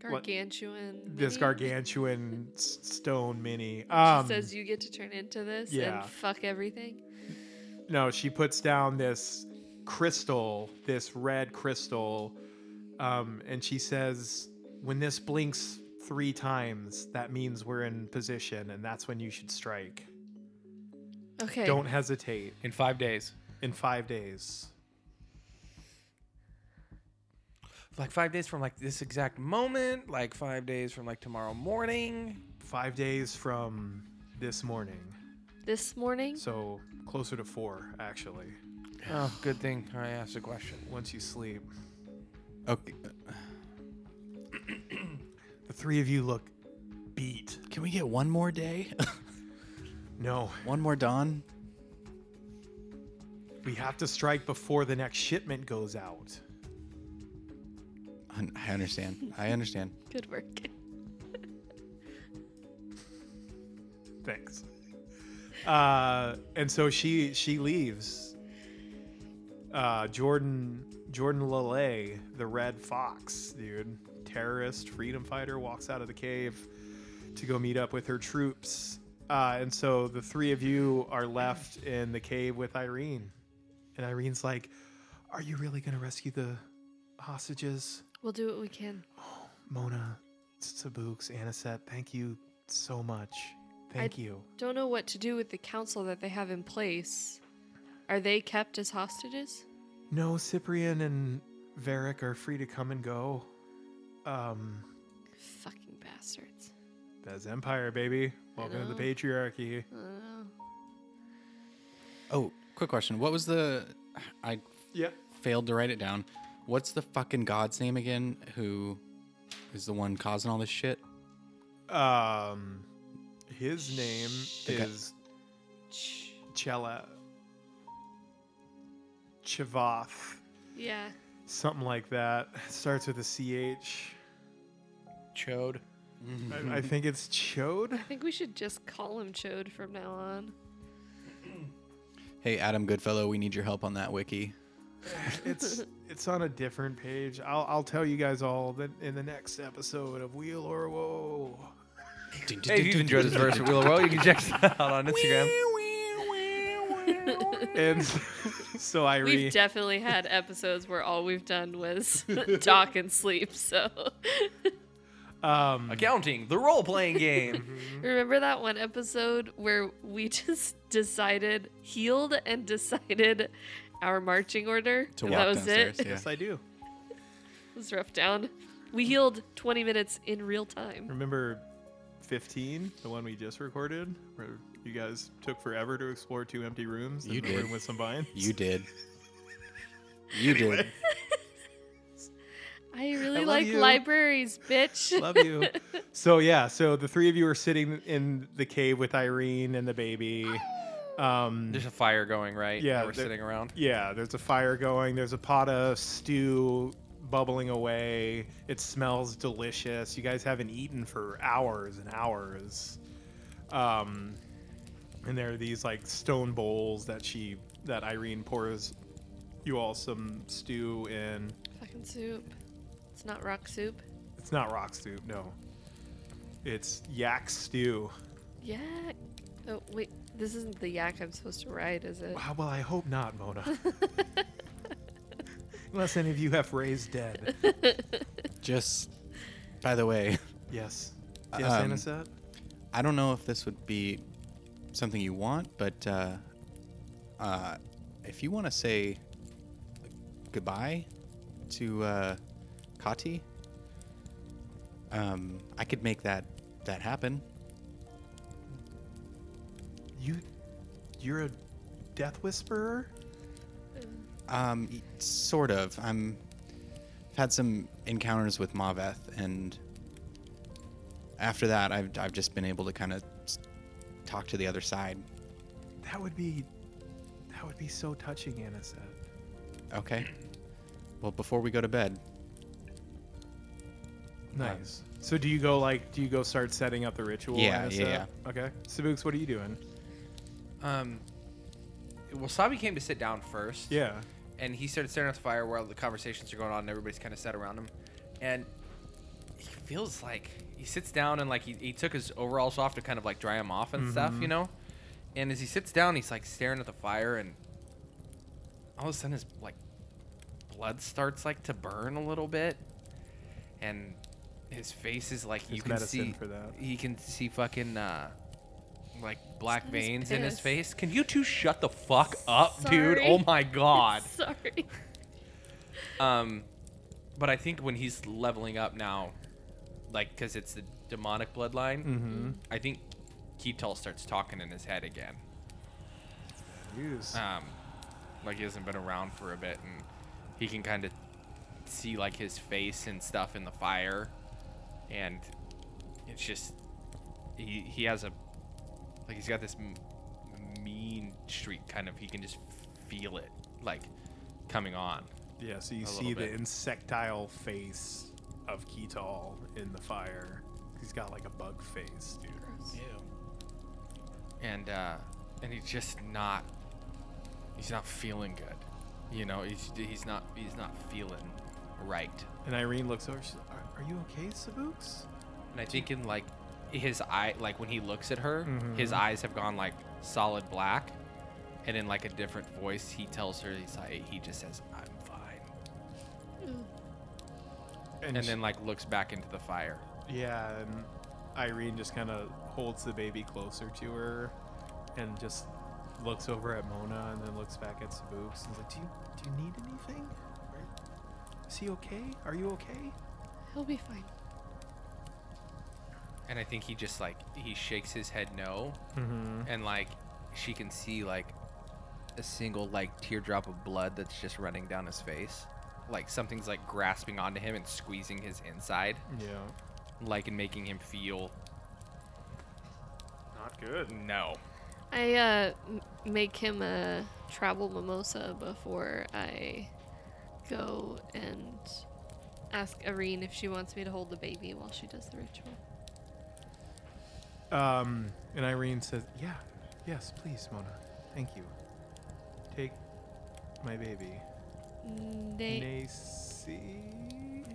Speaker 2: gargantuan.
Speaker 1: this
Speaker 2: mini.
Speaker 1: gargantuan s- stone mini.
Speaker 2: She
Speaker 1: Um,
Speaker 2: says you get to turn into this
Speaker 1: yeah.
Speaker 2: and fuck everything.
Speaker 1: No, she puts down this crystal, this red crystal, um, and she says, "When this blinks three times, that means we're in position, and that's when you should strike.
Speaker 2: Okay.
Speaker 1: Don't hesitate.
Speaker 4: In five days.
Speaker 1: In five days."
Speaker 4: Like five days from like this exact moment. Like five days from like tomorrow morning.
Speaker 1: Five days from this morning.
Speaker 2: This morning.
Speaker 1: So closer to four, actually,
Speaker 4: Oh, good thing I asked a question.
Speaker 1: once you sleep.
Speaker 3: Okay. uh,
Speaker 1: The three of you look beat.
Speaker 3: Can we get one more day?
Speaker 1: No,
Speaker 3: one more dawn?
Speaker 1: we have to strike before the next shipment goes out.
Speaker 3: Un- I understand. I understand.
Speaker 2: Good work.
Speaker 1: Thanks. Uh, and so she she leaves. Uh, Jordan Jordan Lele, the Red Fox, dude, terrorist, freedom fighter, walks out of the cave to go meet up with her troops. Uh, and so the three of you are left in the cave with Irene, and Irene's like, "Are you really gonna rescue the hostages?"
Speaker 2: We'll do what we can.
Speaker 1: Mona, Sabooks, Anisette, thank you so much. Thank you.
Speaker 2: Don't know what to do with the council that they have in place. Are they kept as hostages?
Speaker 1: No, Cyprian and Varric are free to come and go. Um,
Speaker 2: Fucking bastards.
Speaker 1: that's Empire, baby. Welcome to the
Speaker 2: know.
Speaker 1: patriarchy.
Speaker 2: I don't know.
Speaker 3: Oh, quick question. What was the? I
Speaker 1: Yep.
Speaker 3: failed to write it down. What's the fucking god's name again? Who is the one causing all this shit?
Speaker 1: Um, his name
Speaker 3: The guy-
Speaker 1: is Chela Chavoth,
Speaker 2: Yeah.
Speaker 1: something like that. Starts with a CH.
Speaker 4: Chode.
Speaker 1: I, I think it's Chode.
Speaker 2: I think we should just call him Chode from now on.
Speaker 3: Hey, Adam Goodfellow, we need your help on that wiki.
Speaker 1: It's it's on a different page. I'll I'll tell you guys all that in the next episode of Wheel or Woe.
Speaker 4: Hey, if you've enjoyed this version of Wheel of Woe, you can check us out on Instagram.
Speaker 1: And so Irene.
Speaker 2: We've definitely had episodes where all we've done was talk and sleep, so.
Speaker 1: Um,
Speaker 4: Accounting, the role playing game.
Speaker 2: Remember that one episode where we just decided, healed and decided our marching order?
Speaker 3: To
Speaker 2: And
Speaker 3: walk
Speaker 2: that was
Speaker 3: downstairs,
Speaker 2: it.
Speaker 3: yeah.
Speaker 1: Yes, I do.
Speaker 2: It was rough down. We healed 20 minutes in real time.
Speaker 1: Remember 15, the one we just recorded, where you guys took forever to explore two empty rooms? and
Speaker 3: You
Speaker 1: the
Speaker 3: did.
Speaker 1: room with some vines?
Speaker 3: You did. You did.
Speaker 2: I
Speaker 1: I
Speaker 2: really
Speaker 1: love
Speaker 2: like
Speaker 1: you.
Speaker 2: libraries, bitch.
Speaker 1: Love you. so, yeah, so the three of you are sitting in the cave with Irene and the baby. Um,
Speaker 4: There's a fire going, right?
Speaker 1: Yeah,
Speaker 4: That We're
Speaker 1: there-
Speaker 4: sitting around.
Speaker 1: yeah, there's a fire going, there's a pot of stew bubbling away. It smells delicious. You guys haven't eaten for hours and hours. Um, and there are these like stone bowls that she that Irene pours you all some stew in.
Speaker 2: Fucking soup. It's not rock soup.
Speaker 1: It's not rock soup, no. It's yak stew.
Speaker 2: Yak. Oh, wait. This isn't the yak I'm supposed to ride, is it?
Speaker 1: Wow, Ah, well, I hope not, Mona. Unless any of you have raised dead.
Speaker 3: Just, by the way,
Speaker 1: Yes. Yes,
Speaker 3: Um,
Speaker 1: Anisette?
Speaker 3: I don't know if this would be something you want, but uh, uh, if you want to say goodbye to uh, Kati, um, I could make that that happen.
Speaker 1: You, you're a death whisperer.
Speaker 3: Um, y- sort of. I'm. had some encounters with Maveth, and after that, I've, I've just been able to kind of talk to the other side.
Speaker 1: That would be that would be so touching, Anisette.
Speaker 3: Okay. Well, before we go to bed,
Speaker 1: Nice. So do you go like do you go start setting up the ritual?
Speaker 3: Yeah,
Speaker 1: Anisette?
Speaker 3: yeah,
Speaker 1: Okay. Sabuks, what are you doing?
Speaker 4: Um, Wasabi came to sit down first.
Speaker 1: Yeah.
Speaker 4: and he started staring at the fire while the conversations are going on and everybody's kind of sat around him and he feels like he sits down and like he, he took his overalls off to kind of like dry him off and stuff
Speaker 1: Mm-hmm.
Speaker 4: you know and as he sits down he's like staring at the fire and all of a sudden his like blood starts like to burn a little bit and his face is like
Speaker 1: There's
Speaker 4: you can
Speaker 1: medicine
Speaker 4: see
Speaker 1: for that.
Speaker 4: he can see fucking uh like black
Speaker 2: not his
Speaker 4: veins in his
Speaker 2: piss.
Speaker 4: face. Can you two shut the fuck up, dude?
Speaker 2: Sorry.
Speaker 4: Oh my god.
Speaker 2: Sorry.
Speaker 4: Um, but I think when he's leveling up now, like because it's the demonic bloodline,
Speaker 1: Mm-hmm.
Speaker 4: I think Ketel starts talking in his head again.
Speaker 1: Use.
Speaker 4: Um, like he hasn't been around for a bit, and he can kind of see like his face and stuff in the fire, and it's just he he has a like he's got this m- mean streak kind of he can just feel it like coming on.
Speaker 1: yeah, so you
Speaker 4: a
Speaker 1: see
Speaker 4: little
Speaker 1: the
Speaker 4: bit.
Speaker 1: insectile face of Ketal in the fire. He's got like a bug face, dude.
Speaker 4: and uh, and he's just not he's not feeling good you know he's he's not he's not feeling right
Speaker 1: And Irene looks over. She's like, are, are you okay, Sabuks?
Speaker 4: and i think in like his eye like when he looks at her his eyes have gone like solid black and in like a different voice he tells her he's like he just says i'm fine and
Speaker 1: she-
Speaker 4: then like looks back into the fire
Speaker 1: Yeah, and Irene just kind of holds the baby closer to her and just looks over at Mona and then looks back at Sabuks and is like, "Do you do you need anything? Are- Is he okay? Are you okay?"
Speaker 2: He'll be fine.
Speaker 4: and i think he just like he shakes his head no
Speaker 1: Mm-hmm.
Speaker 4: and like she can see like a single like teardrop of blood that's just running down his face like something's like grasping onto him and squeezing his inside
Speaker 1: Yeah.
Speaker 4: like and making him feel
Speaker 1: Not good.
Speaker 4: no
Speaker 2: I uh, m- make him a travel mimosa before I go and ask Irene if she wants me to hold the baby while she does the ritual.
Speaker 1: Um, and Irene says, "Yeah, yes, please, Mona. Thank you. Take my baby,
Speaker 2: Nate.
Speaker 1: Nacy."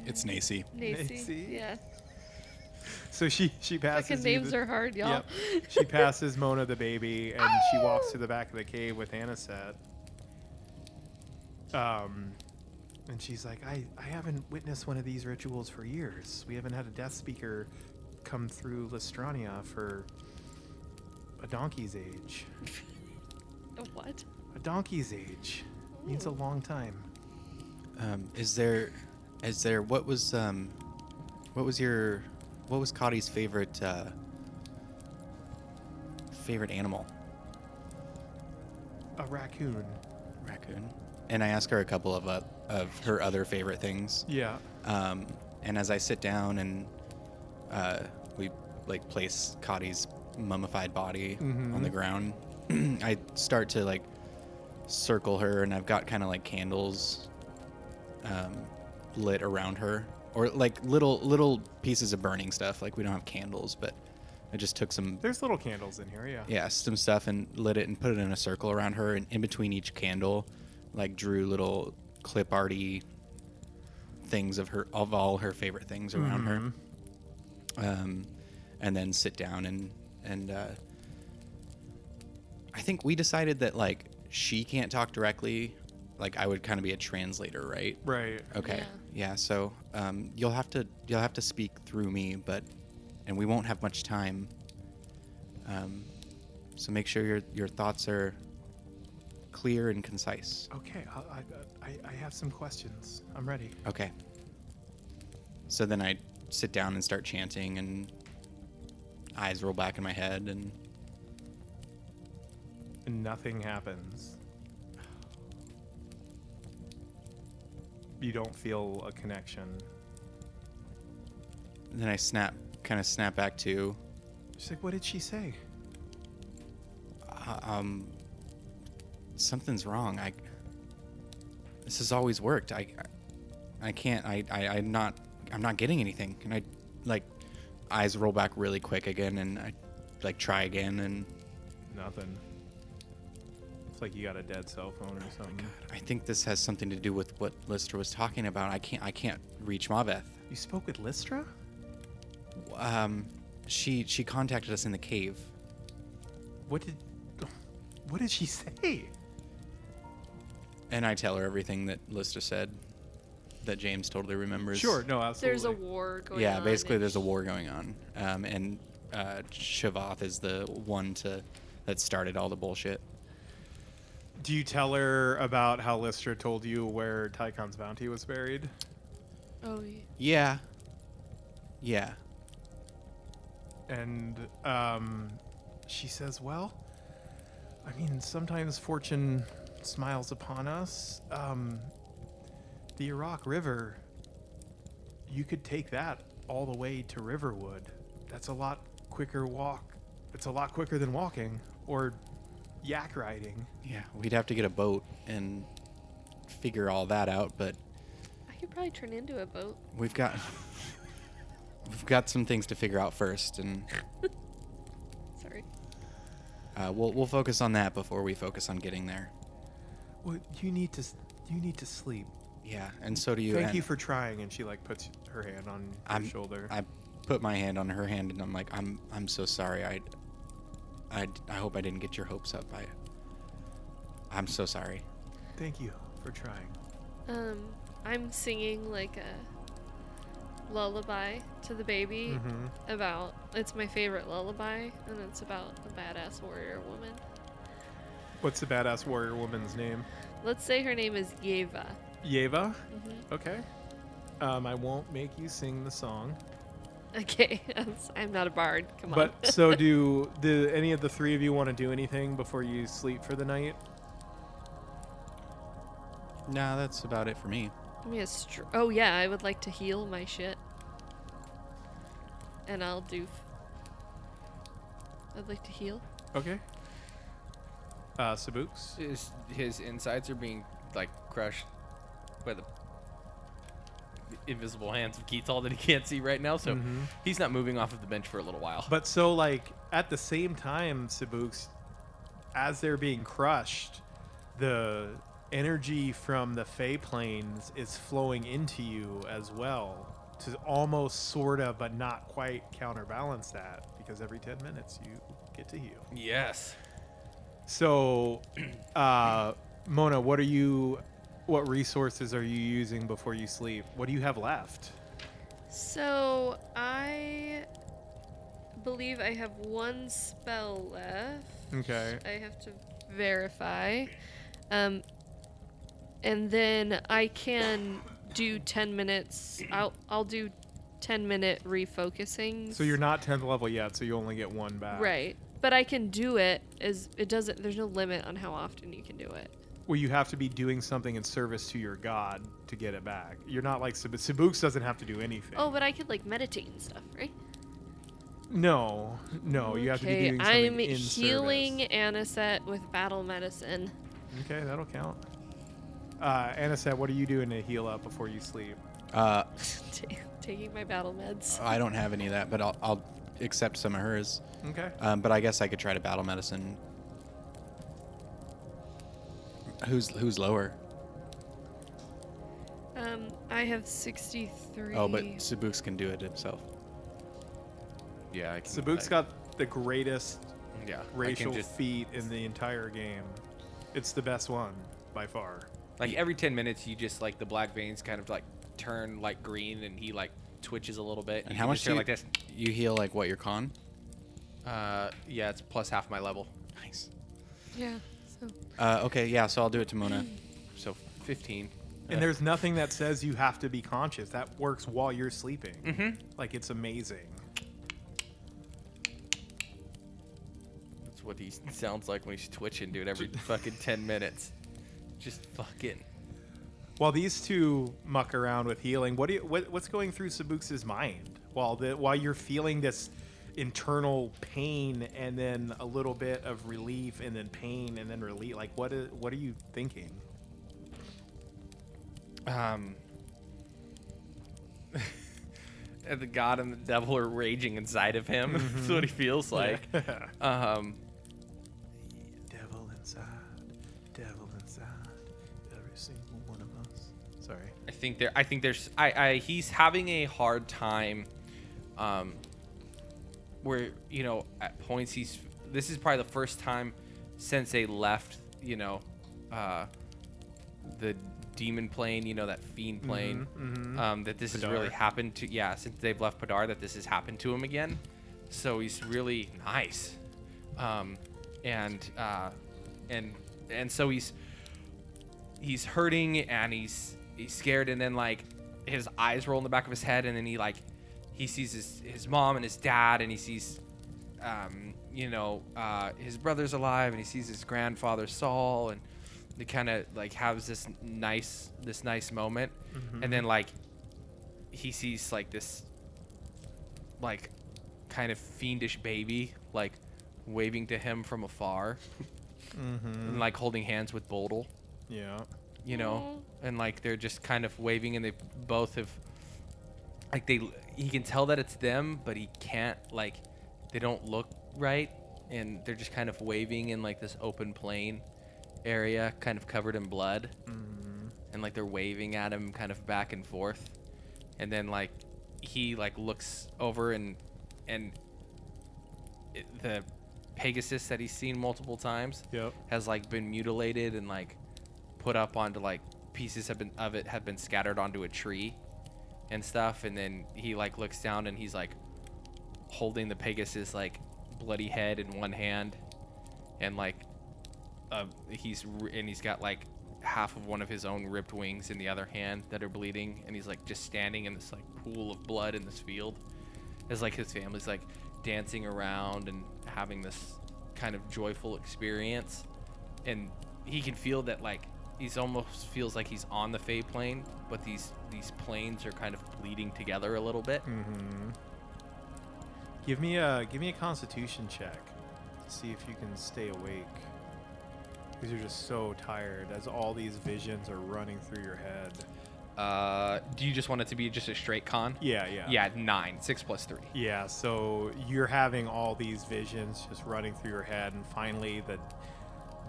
Speaker 3: it's Nacy.
Speaker 2: Nacy.
Speaker 1: Nacy?
Speaker 2: Yeah.
Speaker 1: So she she passes.
Speaker 2: Fucking
Speaker 1: you
Speaker 2: names
Speaker 1: the-
Speaker 2: are hard, y'all.
Speaker 1: Yep. She passes Mona the baby, and she walks to the back of the cave with Anisette. Um, and she's like, I, I haven't witnessed one of these rituals for years. We haven't had a death speaker come through Listrania for a donkey's age.
Speaker 2: What?
Speaker 1: A donkey's age means a long time.
Speaker 3: Um, is there, is there? What was um, what was your, what was Cotty's favorite uh, favorite animal?
Speaker 1: A raccoon.
Speaker 3: Raccoon. And I ask her a couple of uh, of her other favorite things.
Speaker 1: Yeah.
Speaker 3: Um, and as I sit down and uh, we like place Cotty's mummified body
Speaker 1: Mhm.
Speaker 3: on the ground, I start to like circle her, and I've got kind of like candles um, lit around her, or like little little pieces of burning stuff. Like we don't have candles, but I just took some
Speaker 1: There's little candles in here, yeah.
Speaker 3: yeah some stuff and lit it and put it in a circle around her, and in between each candle, like drew little clip arty things of her of all her favorite things around her um, and then sit down and and uh, I think we decided that like she can't talk directly, like I would kind of be a translator, right?
Speaker 1: Right.
Speaker 3: Okay.
Speaker 2: Yeah.
Speaker 3: Yeah. so um, you'll have to you'll have to speak through me, but and we won't have much time. Um, so make sure your your thoughts are clear and concise.
Speaker 1: Okay, I, I, I, I have some questions. I'm ready.
Speaker 3: Okay. So then I sit down and start chanting, and eyes roll back in my head, and
Speaker 1: Nothing happens. you don't feel a connection.
Speaker 3: Then I snap, kind of snap back to,
Speaker 1: She's like, what did she say?
Speaker 3: uh, um, something's wrong. I. This has always worked. I, I can't. I, I, I'm not. I'm not getting anything. And I, like, eyes roll back really quick again, and I, like, try again, and
Speaker 1: Nothing. It's like you got a dead cell
Speaker 2: Oh
Speaker 1: phone or something.
Speaker 3: I think this has something to do with what Lister was talking about. I can't. I can't reach Maveth.
Speaker 1: You spoke with Listra?
Speaker 3: Um, she she contacted us in the cave.
Speaker 1: What did what did she say?
Speaker 3: And I tell her everything that Lister said that James totally remembers.
Speaker 1: Sure, no, absolutely.
Speaker 2: There's a war going on.
Speaker 3: yeah, basically
Speaker 2: and
Speaker 3: there's a war going on. Um, and uh, Shavoth is the one to that started all the bullshit.
Speaker 1: Do you tell her about how Listra told you where Tycon's bounty was buried?
Speaker 2: Oh, yeah.
Speaker 3: Yeah. Yeah.
Speaker 1: And um, she says, Well, I mean, sometimes fortune smiles upon us. Um, the Iraq River, you could take that all the way to Riverwood. That's a lot quicker walk. It's a lot quicker than walking or yak riding.
Speaker 3: Yeah. We'd have to get a boat and figure all that out, but
Speaker 2: I could probably turn into a boat.
Speaker 3: we've got we've got some things to figure out first, and
Speaker 2: Sorry.
Speaker 3: uh, we'll we'll focus on that before we focus on getting there.
Speaker 1: Well, you need to, s- you need to sleep.
Speaker 3: Yeah, and so do you.
Speaker 1: Thank
Speaker 3: and
Speaker 1: you for trying. And she like puts her hand on your
Speaker 3: I'm-
Speaker 1: shoulder.
Speaker 3: I put my hand on her hand, and I'm like, I'm I'm so sorry. I, I, I hope I didn't get your hopes up. I, I'm so sorry.
Speaker 1: Thank you for trying.
Speaker 2: Um, I'm singing like a lullaby to the baby
Speaker 3: Mm-hmm.
Speaker 1: Mhm.
Speaker 2: about it's my favorite lullaby, and it's about a badass warrior woman.
Speaker 1: What's the badass warrior woman's name?
Speaker 2: Let's say her name is Yeva.
Speaker 1: Yeva.
Speaker 2: Mhm.
Speaker 1: Okay. Um, I won't make you sing the song.
Speaker 2: Okay, I'm s- I'm not a bard. Come on.
Speaker 1: But so do do any of the three of you want to do anything before you sleep for the night?
Speaker 3: No, that's about it for me.
Speaker 2: Give me a str- oh yeah, I would like to heal my shit, and I'll do. F- I'd like to heal.
Speaker 1: Okay. Uh, Sabuks.
Speaker 4: His, his insides are being like crushed by the invisible hands of Keatal that he can't see right now, so
Speaker 1: Mhm.
Speaker 4: he's not moving off of the bench for a little while.
Speaker 1: But so like at the same time, Sabuks, as they're being crushed, the energy from the Fey planes is flowing into you as well to almost sorta but not quite counterbalance that because every 10 minutes you get to heal.
Speaker 4: yes.
Speaker 1: So, uh, Mona, what are you? What resources are you using before you sleep? What do you have left?
Speaker 2: So I believe I have one spell left.
Speaker 1: Okay.
Speaker 2: I have to verify. Um, and then I can do 10 minutes. I'll I'll do 10 minute refocusing.
Speaker 1: So you're not tenth level yet, so you only get one back.
Speaker 2: right. But I can do it as it doesn't there's no limit on how often you can do it.
Speaker 1: Well, you have to be doing something in service to your god to get it back. You're not like Sab- Sabuks doesn't have to do anything.
Speaker 2: Oh, but I could like meditate and stuff, right?
Speaker 1: no, no, you have to be
Speaker 2: Okay,
Speaker 1: doing something
Speaker 2: I'm
Speaker 1: in
Speaker 2: healing
Speaker 1: service.
Speaker 2: Anisette with battle medicine.
Speaker 1: Okay, that'll count. Uh, Anisette, what are you doing to heal up before you sleep?
Speaker 3: Uh,
Speaker 2: Ta- Taking my battle meds.
Speaker 3: I don't have any of that, but I'll I'll accept some of hers.
Speaker 1: Okay.
Speaker 3: Um, but I guess I could try to battle medicine. Who's who's lower?
Speaker 2: Um, I have 63.
Speaker 3: Oh, but Sabuks can do it himself.
Speaker 4: Yeah, I can.
Speaker 1: Sabuks got the greatest
Speaker 4: yeah,
Speaker 1: racial
Speaker 4: I can just,
Speaker 1: feat in the entire game. It's the best one by far.
Speaker 4: like every 10 minutes, you just like the black veins kind of like turn like green and he like twitches a little bit.
Speaker 3: And
Speaker 4: You
Speaker 3: how
Speaker 4: can
Speaker 3: much
Speaker 4: just
Speaker 3: do you,
Speaker 4: hear like this?
Speaker 3: you heal? Like what? Your con?
Speaker 4: Uh, yeah, it's plus half my level.
Speaker 3: Nice.
Speaker 2: Yeah. So
Speaker 3: Uh, okay, yeah. So I'll do it to Mona.
Speaker 4: So 15.
Speaker 3: Yeah.
Speaker 1: And there's nothing that says you have to be conscious. That works while you're sleeping.
Speaker 4: Mm-hmm.
Speaker 1: Like it's amazing.
Speaker 4: That's what he s- sounds like when he's twitching, dude, every fucking 10 minutes. Just fucking.
Speaker 1: While these two muck around with healing, what do you, what, what's going through Sabuks' mind while the while you're feeling this internal pain and then a little bit of relief and then pain and then relief? Like what is, what are you thinking?
Speaker 4: Um, and the god and the devil are raging inside of him. That's what he feels like. Um,
Speaker 1: devil inside, devil inside, every single one of us. Sorry.
Speaker 4: I think there. I think there's. I. I. He's having a hard time. Um. Where you know at points he's. This is probably the first time since they left. You know, uh, the demon plane. You know that fiend
Speaker 1: Mm-hmm.
Speaker 4: plane. Um, that this has really
Speaker 1: Padar.
Speaker 4: happened to. Yeah, since they've left Padar, that this has happened to him again. So he's really nice. Um, and uh, and and so he's he's hurting and he's he's scared and then like his eyes roll in the back of his head and then he like he sees his, his mom and his dad and he sees um, you know uh, his brother's alive and he sees his grandfather Saul and they kind of like has this nice this nice moment and then like he sees like this like kind of fiendish baby like waving to him from afar
Speaker 1: Hmm.
Speaker 4: and like holding hands with Bodil
Speaker 1: Mm-hmm. Yeah.
Speaker 4: you know, and like they're just kind of waving, and they both have, like they, he can tell that it's them, but he can't like, they don't look right, and they're just kind of waving in like this open plain area, kind of covered in blood, and like they're waving at him, kind of back and forth, and then like, he like looks over and, and, it, the Pegasus that he's seen multiple times
Speaker 1: Yep.
Speaker 4: has like been mutilated and like put up onto like pieces have been of it have been scattered onto a tree and stuff and then he like looks down and he's like holding the pegasus like bloody head in one hand and like uh, he's r- and he's got like half of one of his own ripped wings in the other hand that are bleeding and he's like just standing in this like pool of blood in this field as like his family's like dancing around and having this kind of joyful experience and he can feel that like he's almost feels like he's on the Fey plane but these these planes are kind of bleeding together a little bit
Speaker 1: Mm-hmm. Give me a give me a Constitution check. See if you can stay awake. Because you're just so tired as all these visions are running through your head.
Speaker 4: uh do you just want it to be just a straight con
Speaker 1: Yeah, yeah,
Speaker 4: yeah nine six plus three
Speaker 1: yeah. So you're having all these visions just running through your head, and finally the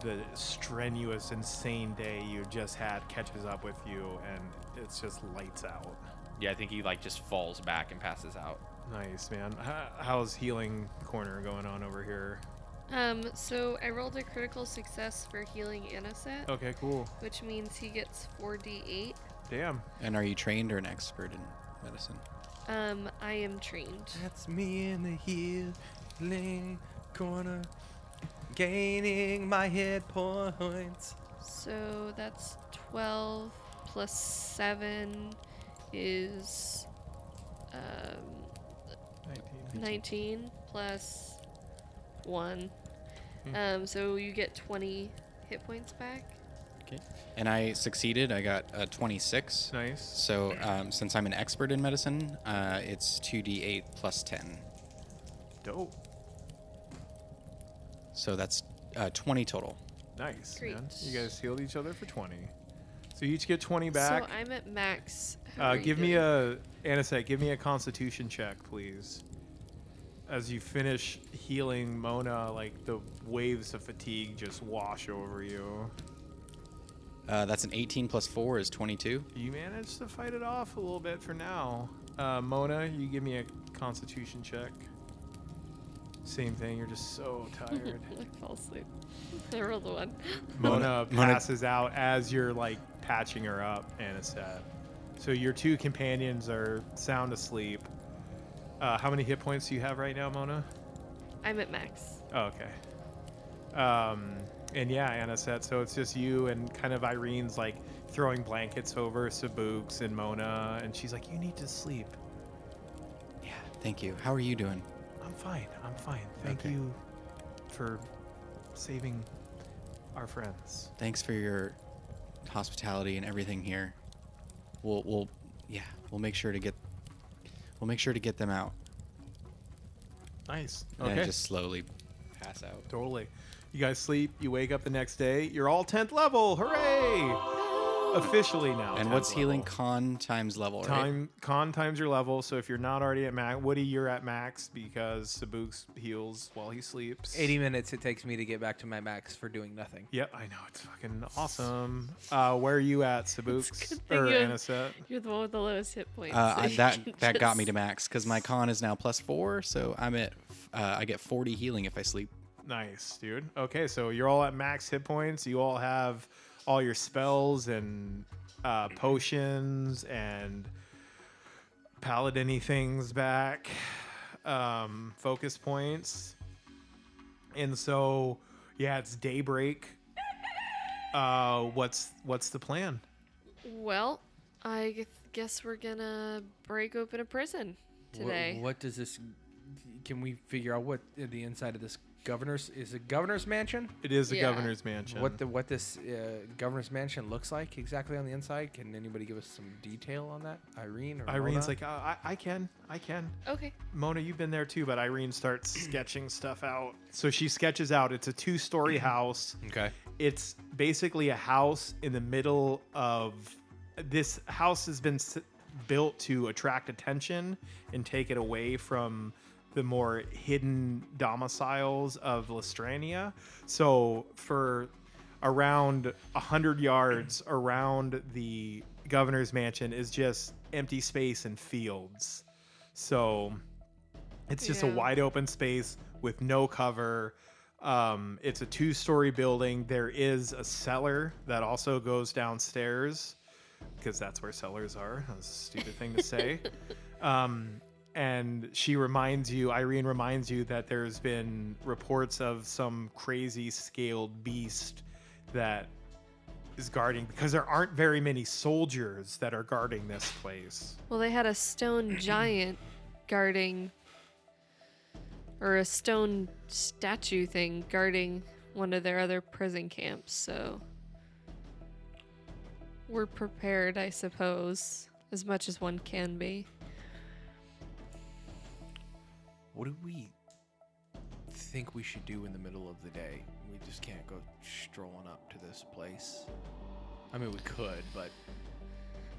Speaker 1: the strenuous, insane day you just had catches up with you, and it's just lights out.
Speaker 4: yeah i think he like just falls back and passes out
Speaker 1: Nice, man. H- How's healing corner going on over here?
Speaker 2: Um, so I rolled a critical success for healing innocent,
Speaker 1: Okay, cool.
Speaker 2: which means he gets 4d8.
Speaker 1: Damn.
Speaker 3: And are you trained or an expert in medicine?
Speaker 2: Um, I am trained.
Speaker 4: that's me in the healing corner gaining my hit points
Speaker 2: So that's 12 plus 7 is um, 19 plus 1.
Speaker 3: Hmm.
Speaker 2: Um, so you get 20 hit points back.
Speaker 3: Okay. And I succeeded. I got a 26.
Speaker 1: Nice.
Speaker 3: So um, since I'm an expert in medicine, uh, it's 2d8 plus 10.
Speaker 1: Dope.
Speaker 3: So that's uh, 20 total.
Speaker 1: Nice.
Speaker 2: Great.
Speaker 1: Man. You guys healed each other for 20. So you each get 20 back.
Speaker 2: So I'm at max. How
Speaker 1: uh,
Speaker 2: are you
Speaker 1: give me
Speaker 2: doing?
Speaker 1: a, Anisette, give me a constitution check, please. As you finish healing Mona, like the waves of fatigue just wash over you.
Speaker 3: Uh, that's an 18 plus 4 is 22.
Speaker 1: You managed to fight it off a little bit for now. Uh, Mona, you give me a constitution check. Same thing, you're just so tired.
Speaker 2: I fell asleep. I rolled a 1.
Speaker 1: Mona
Speaker 3: Mona- Mona-
Speaker 1: passes out as you're like patching her up, Anisette. So your two companions are sound asleep. Uh, how many hit points do you have right now, Mona?
Speaker 2: I'm at max.
Speaker 1: Oh, okay. Um, and yeah, Anisette. So it's just you and kind of Irene's like throwing blankets over Sabuks and Mona, and she's like, "You need to sleep."
Speaker 3: Yeah, thank you. How are you doing?
Speaker 1: I'm fine. I'm fine. Thank
Speaker 3: Okay.
Speaker 1: you for saving our friends.
Speaker 3: Thanks for your hospitality and everything here. We'll we'll yeah, we'll make sure to get we'll make sure to get them out.
Speaker 1: Nice.
Speaker 3: And I
Speaker 1: Okay.
Speaker 3: just slowly
Speaker 4: Pass out.
Speaker 1: Totally. You guys sleep. You wake up the next day. You're all tenth level. Hooray! Officially now.
Speaker 3: And
Speaker 1: 10th
Speaker 3: what's
Speaker 1: level.
Speaker 3: healing con times level, right?
Speaker 1: Time con times your level. So if you're not already at max, Woody, you're at max because Sabooks heals while he sleeps.
Speaker 4: 80 minutes it takes me to get back to my max for doing nothing.
Speaker 1: Yep, I know it's fucking awesome. Uh, where are you at,
Speaker 2: It's
Speaker 1: Sabooks
Speaker 2: a good thing
Speaker 1: or
Speaker 2: you-
Speaker 1: Anisette?
Speaker 2: You're the one with the lowest hit points.
Speaker 3: Uh,
Speaker 2: so
Speaker 3: I,
Speaker 2: you
Speaker 3: that
Speaker 2: can
Speaker 3: that got me
Speaker 2: just-
Speaker 3: to max because my con is now plus four, so I'm at uh, I get 40 healing if I sleep.
Speaker 1: Nice, dude. Okay, so you're all at max hit points. You all have all your spells and uh, potions and paladin things back, um, focus points. And so, yeah, it's daybreak. Uh, what's what's the plan?
Speaker 2: Well, I g- guess we're gonna break open a prison today.
Speaker 4: What, does this? Can we figure out what the inside of this governor's is? A governor's mansion?
Speaker 1: It is the
Speaker 2: Yeah.
Speaker 1: governor's mansion.
Speaker 4: What the what this uh, governor's mansion looks like exactly on the inside? Can anybody give us some detail on that? Irene or
Speaker 1: Irene's
Speaker 4: Mona?
Speaker 1: like, "Uh, I, I can, I can.
Speaker 2: Okay.
Speaker 1: Mona, you've been there too, but Irene starts sketching stuff out. So she sketches out. It's a two-story house.
Speaker 4: okay,
Speaker 1: It's basically a house in the middle of this house has been s- built to attract attention and take it away from the more hidden domiciles of Lestrania. So for around 100 yards around the governor's mansion is just empty space and fields. So it's just a
Speaker 2: Yeah.
Speaker 1: wide open space with no cover. Um, it's a two story building. There is a cellar that also goes downstairs because that's where cellars are. That's a stupid thing to say. um, and she reminds you, Irene reminds you that there's been reports of some crazy scaled beast that is guarding because there aren't very many soldiers that are guarding this place.
Speaker 2: Well, they had a stone giant guarding, or a stone statue thing guarding one of their other prison camps, so. We're prepared, I suppose, as much as one can be.
Speaker 4: what do we think we should do in the middle of the day? We just can't go strolling up to this place. I mean, we could, but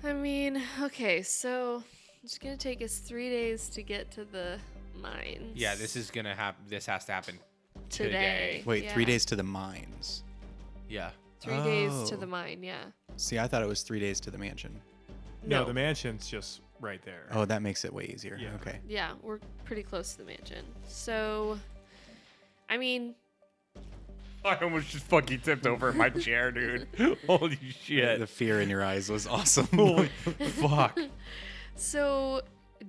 Speaker 2: I mean, okay, so it's gonna take us three days to get to the mines.
Speaker 4: yeah, this is gonna happen. This has to happen.
Speaker 2: today.
Speaker 4: today.
Speaker 3: Wait, three
Speaker 2: yeah.
Speaker 3: days to the mines.
Speaker 4: Yeah.
Speaker 2: Three days to
Speaker 3: Oh.
Speaker 2: the mine, yeah.
Speaker 3: See, I thought it was three days to the mansion.
Speaker 1: No,
Speaker 2: No.
Speaker 1: the mansion's just right there.
Speaker 3: Oh, that makes it way easier.
Speaker 1: Yeah.
Speaker 3: Okay.
Speaker 2: Yeah, we're pretty close to the mansion. So, I mean,
Speaker 4: I almost just fucking tipped over in my chair, dude. Holy shit.
Speaker 3: The fear in your eyes was awesome.
Speaker 4: fuck.
Speaker 2: so,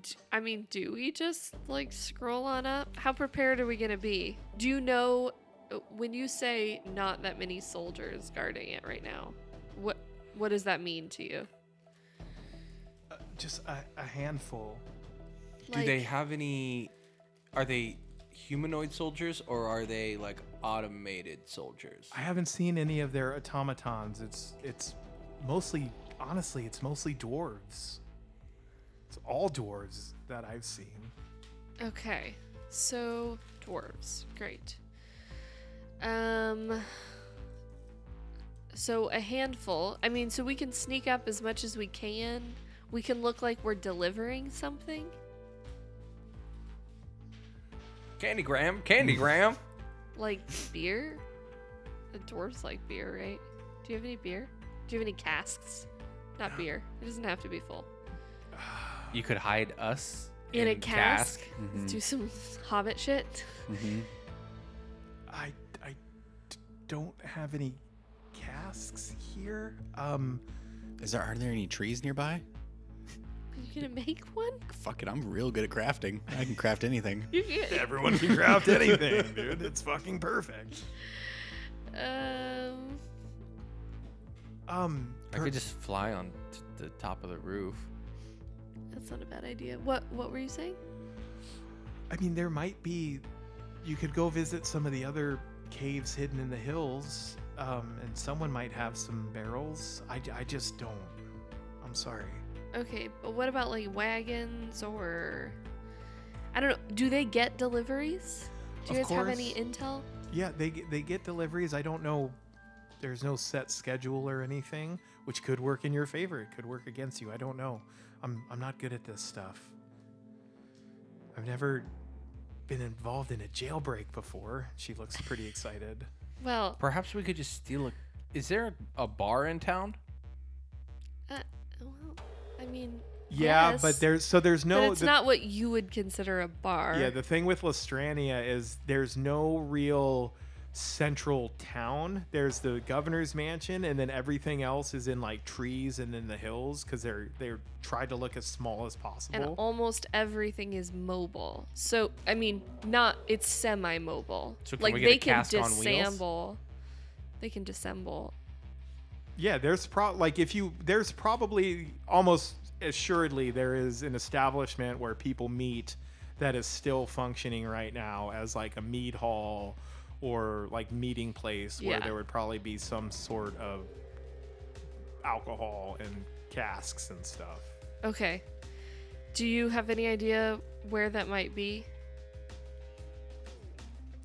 Speaker 2: d- I mean, do we just like scroll on up? How prepared are we gonna be? Do you know uh, when you say not that many soldiers guarding it right now? What what does that mean to you?
Speaker 1: Just a, a handful.
Speaker 4: Do they have any? Are they humanoid soldiers or are they like automated soldiers?
Speaker 1: I haven't seen any of their automatons. It's it's mostly honestly, it's mostly dwarves. It's all dwarves that I've seen.
Speaker 2: Okay, so dwarves, great. Um, so a handful. I mean, so we can sneak up as much as we can. We can look like we're delivering something.
Speaker 4: Candy Graham, Candy
Speaker 1: Mm.
Speaker 4: Graham.
Speaker 2: like beer? The dwarves like beer, right? Do you have any beer? Do you have any casks? Not beer. It doesn't have to be full.
Speaker 4: You could hide us
Speaker 2: In a cask. Mm-hmm.
Speaker 3: Mhm.
Speaker 2: Let's do some hobbit shit.
Speaker 3: Mhm.
Speaker 1: I I d- don't have any casks here. Um
Speaker 3: Is there are there any trees nearby?
Speaker 2: Are you gonna make one?
Speaker 3: Fuck it, I'm real good at crafting. I can craft anything.
Speaker 2: You can.
Speaker 1: everyone can craft anything, dude. It's fucking perfect.
Speaker 2: Um.
Speaker 1: Um
Speaker 4: I could just fly on t- the top of the roof.
Speaker 2: That's not a bad idea. What What were you saying?
Speaker 1: I mean, there might be. You could go visit some of the other caves hidden in the hills um, and someone might have some barrels. I, I just don't. I'm sorry.
Speaker 2: Okay, but what about like wagons or I don't know, do they get deliveries? Do you
Speaker 1: Of
Speaker 2: guys have any
Speaker 1: course.
Speaker 2: intel?
Speaker 1: Yeah, they get- they get deliveries. I don't know. There's no set schedule or anything, which could work in your favor. It could work against you. I don't know. I'm I'm not good at this stuff. I've never been involved in a jailbreak before. She looks pretty excited.
Speaker 2: Well,
Speaker 4: Perhaps we could just steal a. Is there a bar in town?
Speaker 2: uh, well, I mean,
Speaker 1: Yeah,
Speaker 2: Yes.
Speaker 1: but there's so there's no
Speaker 2: but it's
Speaker 1: the-
Speaker 2: not what you would consider a bar.
Speaker 1: Yeah, the thing with Lestrania is there's no real central town. There's the governor's mansion, and then everything else is in like trees and in the hills because they're they're tried to look as small as
Speaker 2: and
Speaker 1: possible.
Speaker 2: almost everything is mobile. So, I mean, not it's semi-mobile.
Speaker 4: So can
Speaker 2: like
Speaker 4: we get a
Speaker 2: they can
Speaker 4: cask on wheels?
Speaker 2: dissemble. They can dissemble.
Speaker 1: yeah, there's pro like if you there's probably almost assuredly there is an establishment where people meet that is still functioning right now as like a mead hall or like meeting place where
Speaker 2: Yeah.
Speaker 1: there would probably be some sort of alcohol and casks and stuff.
Speaker 2: Okay. Do you have any idea where that might be?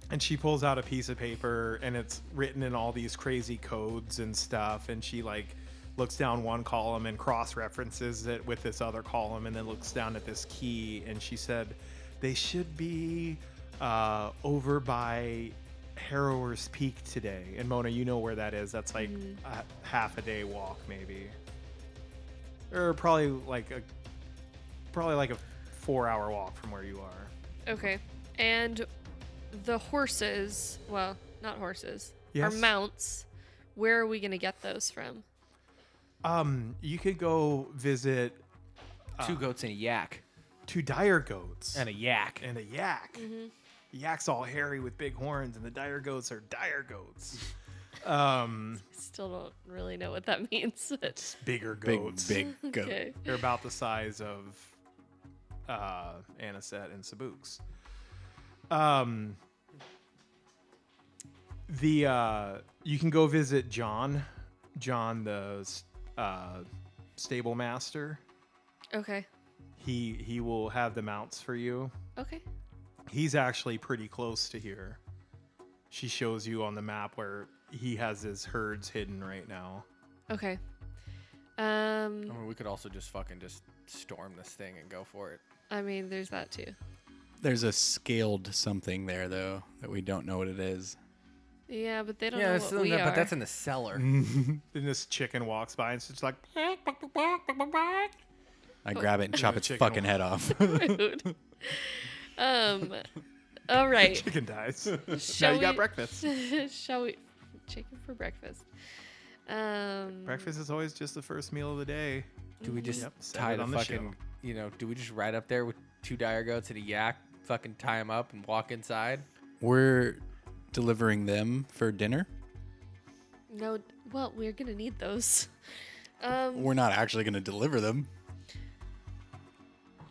Speaker 1: And she pulls out a piece of paper and it's written in all these crazy codes and stuff. And she like looks down one column and cross references it with this other column and then looks down at this key. And she said, they should be uh, over by Harrower's Peak today. And Mona, you know where that is. That's like a half a day walk, maybe. Or probably like a probably like a four hour walk from where you are.
Speaker 2: Okay. And the horses, well, not horses,
Speaker 1: Yes?
Speaker 2: are mounts. Where are we going to get those from?
Speaker 1: Um, you could go visit
Speaker 4: Two goats and a yak.
Speaker 1: two dire goats
Speaker 4: And a yak.
Speaker 1: Uh. and a yak. The yak's all hairy with big horns, and the dire goats are dire goats. Um,
Speaker 2: Still don't really know what that means. but-
Speaker 1: it's bigger
Speaker 3: Big,
Speaker 1: goats.
Speaker 3: big goat.
Speaker 2: okay.
Speaker 1: They're about the size of uh, Anisette and Sabuks. Um, the uh, you can go visit John, John the s- uh, stable master.
Speaker 2: Okay.
Speaker 1: He he will have the mounts for you.
Speaker 2: Okay.
Speaker 1: he's actually pretty close to here. She shows you on the map where he has his herds hidden right now.
Speaker 2: Okay. Um,
Speaker 1: Oh.
Speaker 4: I mean, we could also just fucking just storm this thing and go for it.
Speaker 2: I mean, there's that too.
Speaker 3: There's a scaled something there though that we don't know what it is.
Speaker 2: Yeah, but they don't know
Speaker 4: yeah,
Speaker 2: what we are.
Speaker 4: but that's in the cellar.
Speaker 1: Mm. Then this chicken walks by and she's like,
Speaker 2: Oh.
Speaker 3: I grab it and chop
Speaker 1: the
Speaker 3: its
Speaker 1: chicken
Speaker 3: fucking
Speaker 1: one.
Speaker 3: head off.
Speaker 2: Rude. um, all right.
Speaker 1: chicken dies. now
Speaker 2: Shall
Speaker 1: you got
Speaker 2: we-
Speaker 1: breakfast.
Speaker 2: Shall we chicken for breakfast? Um,
Speaker 1: breakfast is always just the first meal of the day.
Speaker 4: Do we just
Speaker 1: Yep, said
Speaker 4: tie
Speaker 1: it
Speaker 4: the
Speaker 1: on the
Speaker 4: fucking, you know, do we just ride up there with two dire goats and a yak, fucking tie them up and walk inside?
Speaker 3: We're delivering them for dinner.
Speaker 2: No, well, we're gonna need those. Um,
Speaker 3: We're not actually going to deliver them.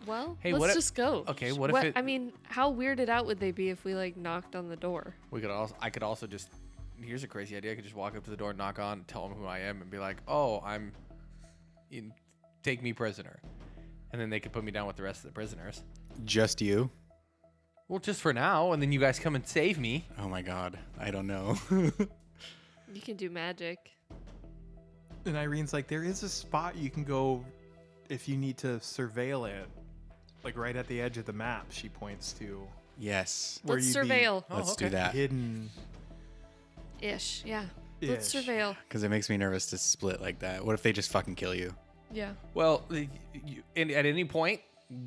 Speaker 2: well,
Speaker 4: Hey,
Speaker 2: let's
Speaker 4: what if-
Speaker 2: just go.
Speaker 4: okay,
Speaker 2: Sh-
Speaker 4: what if it-
Speaker 2: I mean, how weirded out would they be if we like knocked on the door?
Speaker 4: We could also, I could also just, here's a crazy idea. I could just walk up to the door, knock on, tell them who I am, and be like, oh, I'm, in, take me prisoner, and then they could put me down with the rest of the prisoners.
Speaker 3: Just you.
Speaker 4: Well, just for now, and then you guys come and save me.
Speaker 3: Oh my god. I don't know.
Speaker 2: You can do magic.
Speaker 1: And Irene's like, there is a spot you can go if you need to surveil it. Like right at the edge of the map, she points to
Speaker 3: yes.
Speaker 1: Where
Speaker 2: let's
Speaker 1: you'd be
Speaker 2: surveil
Speaker 4: Oh,
Speaker 3: Let's
Speaker 4: okay.
Speaker 3: do that.
Speaker 1: hidden.
Speaker 2: ish. Yeah. Let's
Speaker 1: Ish.
Speaker 2: surveil.
Speaker 3: Because it makes me nervous to split like that. What if they just fucking kill you?
Speaker 2: Yeah.
Speaker 4: Well, y- you, and at any point,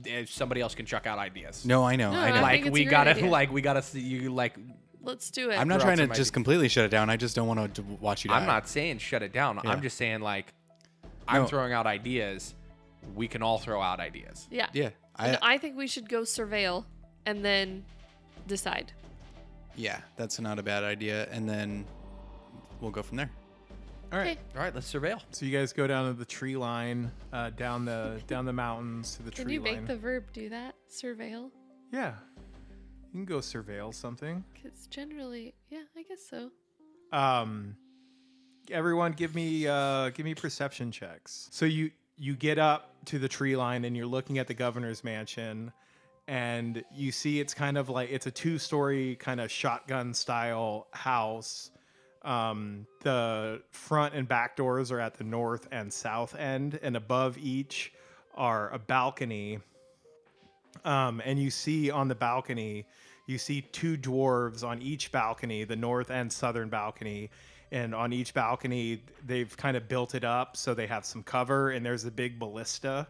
Speaker 4: eh, somebody else can chuck out ideas.
Speaker 3: No, I know.
Speaker 2: No, I
Speaker 3: I know.
Speaker 2: think
Speaker 4: like
Speaker 2: it's a
Speaker 4: we
Speaker 2: great
Speaker 4: gotta,
Speaker 2: idea.
Speaker 4: like we gotta, see you like.
Speaker 2: Let's do it.
Speaker 3: I'm not
Speaker 4: Throw out
Speaker 3: trying to
Speaker 4: some ideas.
Speaker 3: just completely shut it down. I just don't want to watch you die.
Speaker 4: I'm not saying shut it down.
Speaker 3: Yeah.
Speaker 4: I'm just saying like, I'm
Speaker 3: No.
Speaker 4: throwing out ideas. We can all throw out ideas.
Speaker 2: Yeah.
Speaker 3: Yeah.
Speaker 2: And
Speaker 3: I,
Speaker 2: I think we should go surveil and then decide.
Speaker 3: yeah. That's not a bad idea. And then we'll go from there.
Speaker 1: All right.
Speaker 2: Okay.
Speaker 4: All right, let's surveil.
Speaker 1: So you guys go down to the tree line, uh, down the down the mountains to the
Speaker 2: Can
Speaker 1: tree
Speaker 2: you
Speaker 1: line.
Speaker 2: make the verb do that? Surveil?
Speaker 1: Yeah. You can go surveil something.
Speaker 2: Because generally, yeah, I guess so.
Speaker 1: Um everyone give me uh give me perception checks so you you get up to the tree line and you're looking at the governor's mansion and you see it's kind of like it's a two-story kind of shotgun style house um the front and back doors are at the north and south end and above each are a balcony um, and you see on the balcony, you see two dwarves on each balcony, the north and southern balcony. And on each balcony, they've kind of built it up so they have some cover, and there's a big ballista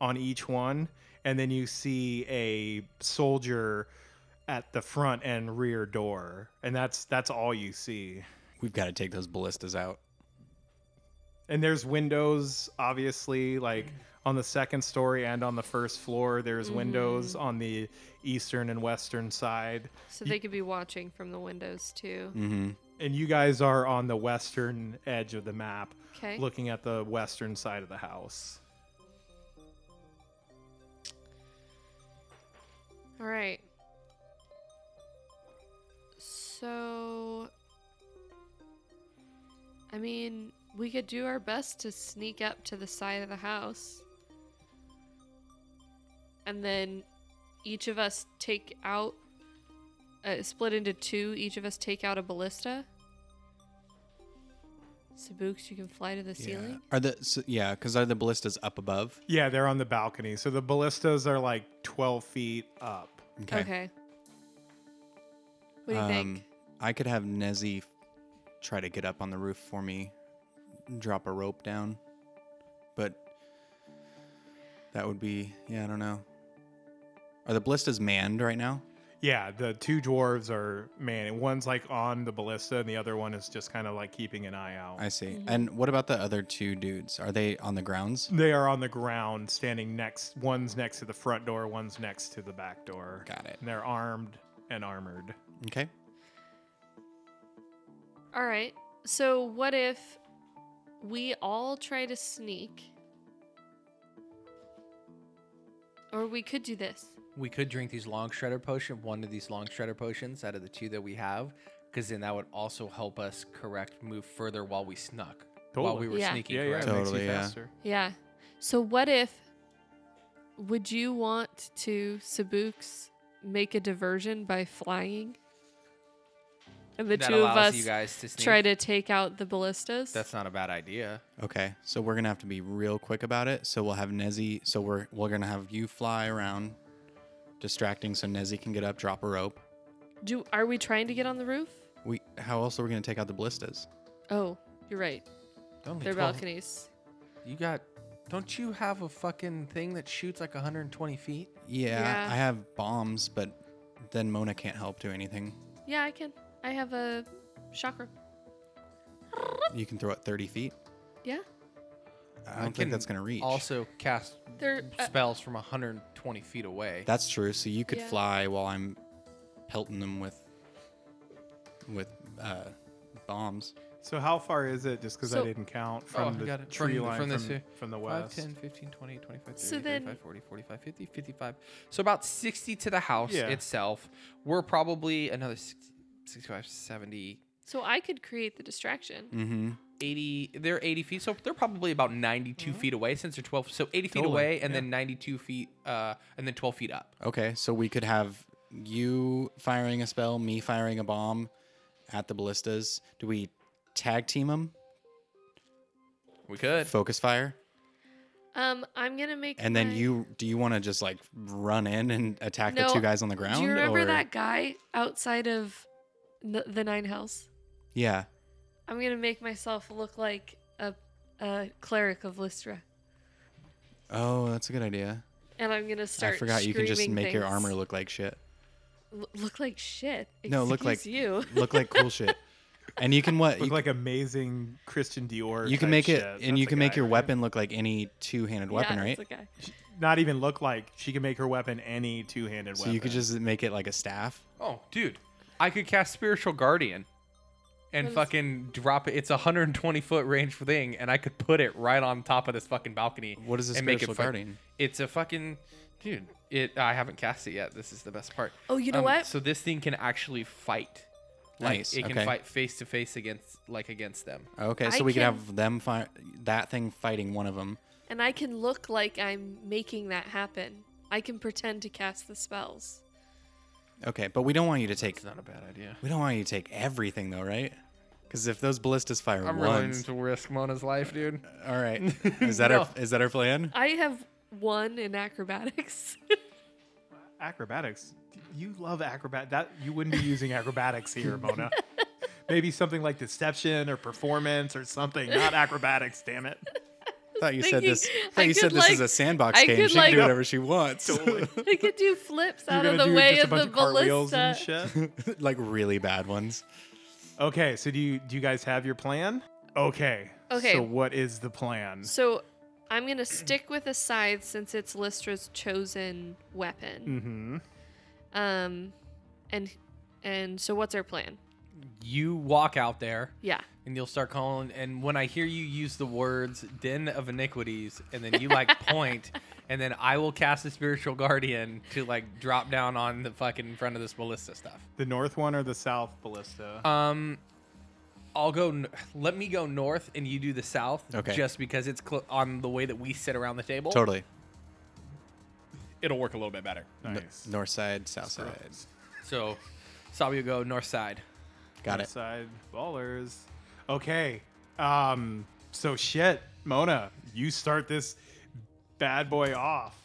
Speaker 1: on each one. And then you see a soldier at the front and rear door, and that's that's all you see.
Speaker 3: We've got to take those ballistas out.
Speaker 1: And there's windows, obviously, like on the second story and on the first floor. There's windows on the eastern and western side.
Speaker 2: So they could be watching from the windows too.
Speaker 3: Mm-hmm.
Speaker 1: And you guys are on the western edge of the map,
Speaker 2: Okay.
Speaker 1: looking at the western side of the house.
Speaker 2: All right. So, I mean, we could do our best to sneak up to the side of the house. And then each of us take out, uh, split into two, each of us take out a ballista. Sabooks, you can fly to the
Speaker 3: Yeah.
Speaker 2: ceiling.
Speaker 3: Are the so, yeah? Because are the ballistas up above?
Speaker 1: Yeah, they're on the balcony. So the ballistas are like 12 feet up.
Speaker 2: Okay. What do you think?
Speaker 3: Um, I could have Nezzy f- try to get up on the roof for me, drop a rope down, but that would be yeah. I don't know. Are the ballistas manned right now?
Speaker 1: Yeah, the two dwarves are, man, and one's like on the ballista and the other one is just kind of like keeping an eye out.
Speaker 3: I see.
Speaker 2: Mm-hmm.
Speaker 3: And what about the other two dudes? Are they on the grounds?
Speaker 1: they are on the ground standing next, one's next to the front door, one's next to the back door.
Speaker 3: Got it.
Speaker 1: And they're armed and armored.
Speaker 3: Okay.
Speaker 2: All right. So what if we all try to sneak? Or we could do this.
Speaker 4: We could drink these long shredder potion, one of these long shredder potions out of the two that we have, because then that would also help us correct move further while we snuck, while
Speaker 1: Totally.
Speaker 4: we were
Speaker 2: Yeah.
Speaker 4: sneaking.
Speaker 1: yeah, yeah, it
Speaker 4: correct?
Speaker 1: makes you
Speaker 3: Totally, yeah.
Speaker 1: faster.
Speaker 2: Yeah. So what if would you want to Sabooks make a diversion by flying? And the
Speaker 4: that
Speaker 2: two of
Speaker 4: allows
Speaker 2: us
Speaker 4: you guys to sneak.
Speaker 2: try to take out the ballistas?
Speaker 4: That's not a bad idea.
Speaker 3: Okay. So we're gonna have to be real quick about it. So we'll have Nezzy. So we're we're gonna have you fly around, distracting, so Nezzy can get up, drop a rope.
Speaker 2: do are we trying to get on the roof?
Speaker 3: We how else are we gonna take out the ballistas?
Speaker 2: Oh, you're right.
Speaker 4: Only
Speaker 2: They're
Speaker 4: 12
Speaker 2: balconies.
Speaker 4: You got? Don't you have a fucking thing that shoots like 120 feet?
Speaker 3: Yeah,
Speaker 2: Yeah.
Speaker 3: I have bombs, but then Mona can't help do anything.
Speaker 2: Yeah, I can. I have a chakra.
Speaker 3: You can throw it 30 feet.
Speaker 2: Yeah.
Speaker 3: I don't think that's gonna reach.
Speaker 4: Also cast
Speaker 2: They're uh,
Speaker 4: spells from 120 feet away.
Speaker 3: that's true. So you could
Speaker 2: Yeah.
Speaker 3: fly while I'm pelting them with with uh, bombs.
Speaker 1: So how far is it? Just because I
Speaker 2: So-
Speaker 1: didn't count
Speaker 4: Oh,
Speaker 1: from
Speaker 4: I
Speaker 1: the
Speaker 4: got it.
Speaker 1: tree
Speaker 4: From-
Speaker 1: line
Speaker 4: from
Speaker 1: from,
Speaker 4: this here.
Speaker 1: from the
Speaker 4: 5,
Speaker 1: west.
Speaker 4: 10, 15, 20, 25, 30,
Speaker 2: So then-
Speaker 4: 35, 40, 45, 50, 55. So about 60 to the house
Speaker 1: Yeah.
Speaker 4: itself. We're probably another 60, 65, 70,
Speaker 2: So I could create the distraction.
Speaker 3: Mm. Mm-hmm.
Speaker 4: 80. They're 80 feet. So they're probably about 92
Speaker 2: Mm-hmm.
Speaker 4: feet away since they're 12. So 80 feet
Speaker 1: Totally,
Speaker 4: away and
Speaker 1: yeah.
Speaker 4: then 92 feet uh, and then 12 feet up.
Speaker 3: Okay, so we could have you firing a spell, me firing a bomb at the ballistas. Do we tag team them?
Speaker 4: We could.
Speaker 3: Focus fire,
Speaker 2: Um, I'm gonna make.
Speaker 3: and then
Speaker 2: my-
Speaker 3: you do you want to just like run in and attack the
Speaker 2: No,
Speaker 3: two guys on the ground?
Speaker 2: Do you remember
Speaker 3: or-
Speaker 2: that guy outside of the, the Nine Hells?
Speaker 3: Yeah.
Speaker 2: I'm gonna make myself look like a, a cleric of Lystra,
Speaker 3: Oh, that's a good idea.
Speaker 2: and I'm gonna start.
Speaker 3: I forgot you can just
Speaker 2: screaming
Speaker 3: make your
Speaker 2: things.
Speaker 3: armor look like shit.
Speaker 2: L- look like shit.
Speaker 3: No, look like
Speaker 2: Excuse you.
Speaker 3: look like cool shit. And you can what?
Speaker 1: Look
Speaker 3: You,
Speaker 1: like amazing Christian Dior.
Speaker 3: you can
Speaker 1: type
Speaker 3: make it,
Speaker 1: shit.
Speaker 3: and
Speaker 1: That's
Speaker 3: you
Speaker 1: a
Speaker 3: can make
Speaker 1: guy,
Speaker 3: your
Speaker 1: right?
Speaker 3: weapon look like any two-handed weapon,
Speaker 2: Yeah,
Speaker 3: right?
Speaker 2: that's the guy.
Speaker 1: Not even look like she can make her weapon any two-handed
Speaker 3: so
Speaker 1: weapon.
Speaker 3: you could just make it like a staff.
Speaker 4: Oh, dude. I could cast Spiritual Guardian and
Speaker 2: What is-
Speaker 4: fucking drop it. It's a 120 foot range thing, and I could put it right on top of this fucking balcony.
Speaker 3: What is a
Speaker 4: and make it
Speaker 3: spiritual
Speaker 4: fuck-
Speaker 3: guardian?
Speaker 4: It's a fucking. Dude, it. I haven't cast it yet. This is the best part.
Speaker 2: Oh, you know
Speaker 4: Um,
Speaker 2: what?
Speaker 4: So this thing can actually fight. Like,
Speaker 3: Nice,
Speaker 4: it can
Speaker 3: okay.
Speaker 4: fight face to face against like against them.
Speaker 3: Okay,
Speaker 2: I
Speaker 3: so we
Speaker 2: can-
Speaker 3: can have them fight that thing fighting one of them.
Speaker 2: And I can look like I'm making that happen. I can pretend to cast the spells.
Speaker 3: Okay, but we don't want you to take
Speaker 4: It's not a bad idea.
Speaker 3: we don't want you to take everything though, right? Because if those ballistas fire
Speaker 4: I'm willing
Speaker 3: once,
Speaker 4: to risk Mona's life, dude.
Speaker 3: all right, is that our is that our plan?
Speaker 2: I have one in acrobatics.
Speaker 1: Acrobatics. You love acrobat. That you wouldn't be using acrobatics here, Mona. Maybe something like deception or performance or something. Not acrobatics. Damn it.
Speaker 3: I thought you said
Speaker 2: thinking
Speaker 3: this.
Speaker 2: I
Speaker 3: Thought you said
Speaker 2: could,
Speaker 3: this is
Speaker 2: like-
Speaker 3: a sandbox
Speaker 2: I
Speaker 3: game.
Speaker 2: could,
Speaker 3: She
Speaker 2: like-
Speaker 3: can do whatever she wants,
Speaker 2: I could do flips out
Speaker 1: You're
Speaker 2: of
Speaker 1: gonna
Speaker 2: the
Speaker 1: do
Speaker 2: way
Speaker 1: just
Speaker 2: of
Speaker 1: a bunch
Speaker 2: the
Speaker 1: of cartwheels
Speaker 2: ballista.
Speaker 1: and shit.
Speaker 3: like really bad ones.
Speaker 1: Okay, so do you do you guys have your plan? Okay.
Speaker 2: Okay.
Speaker 1: So what is the plan?
Speaker 2: So I'm gonna stick with a scythe since it's Listra's chosen weapon.
Speaker 1: Mm-hmm.
Speaker 2: Um, and and so what's our plan?
Speaker 4: You walk out there
Speaker 2: Yeah.
Speaker 4: and you'll start calling. And when I hear you use the words "den of iniquities," and then you like point, and then I will cast a spiritual guardian to like drop down on the fucking front of this ballista stuff.
Speaker 1: The north one or the south ballista?
Speaker 4: Um, I'll go. n- Let me go north, and you do the south.
Speaker 3: Okay.
Speaker 4: Just because it's cl- on the way that we sit around the table.
Speaker 3: Totally.
Speaker 4: It'll work a little bit better.
Speaker 3: N-
Speaker 1: nice.
Speaker 3: north side, south
Speaker 1: South.
Speaker 3: side.
Speaker 4: So, Sabio go north side.
Speaker 3: Got it.
Speaker 1: Inside ballers. Okay. Um. So shit, Mona, you start this bad boy off.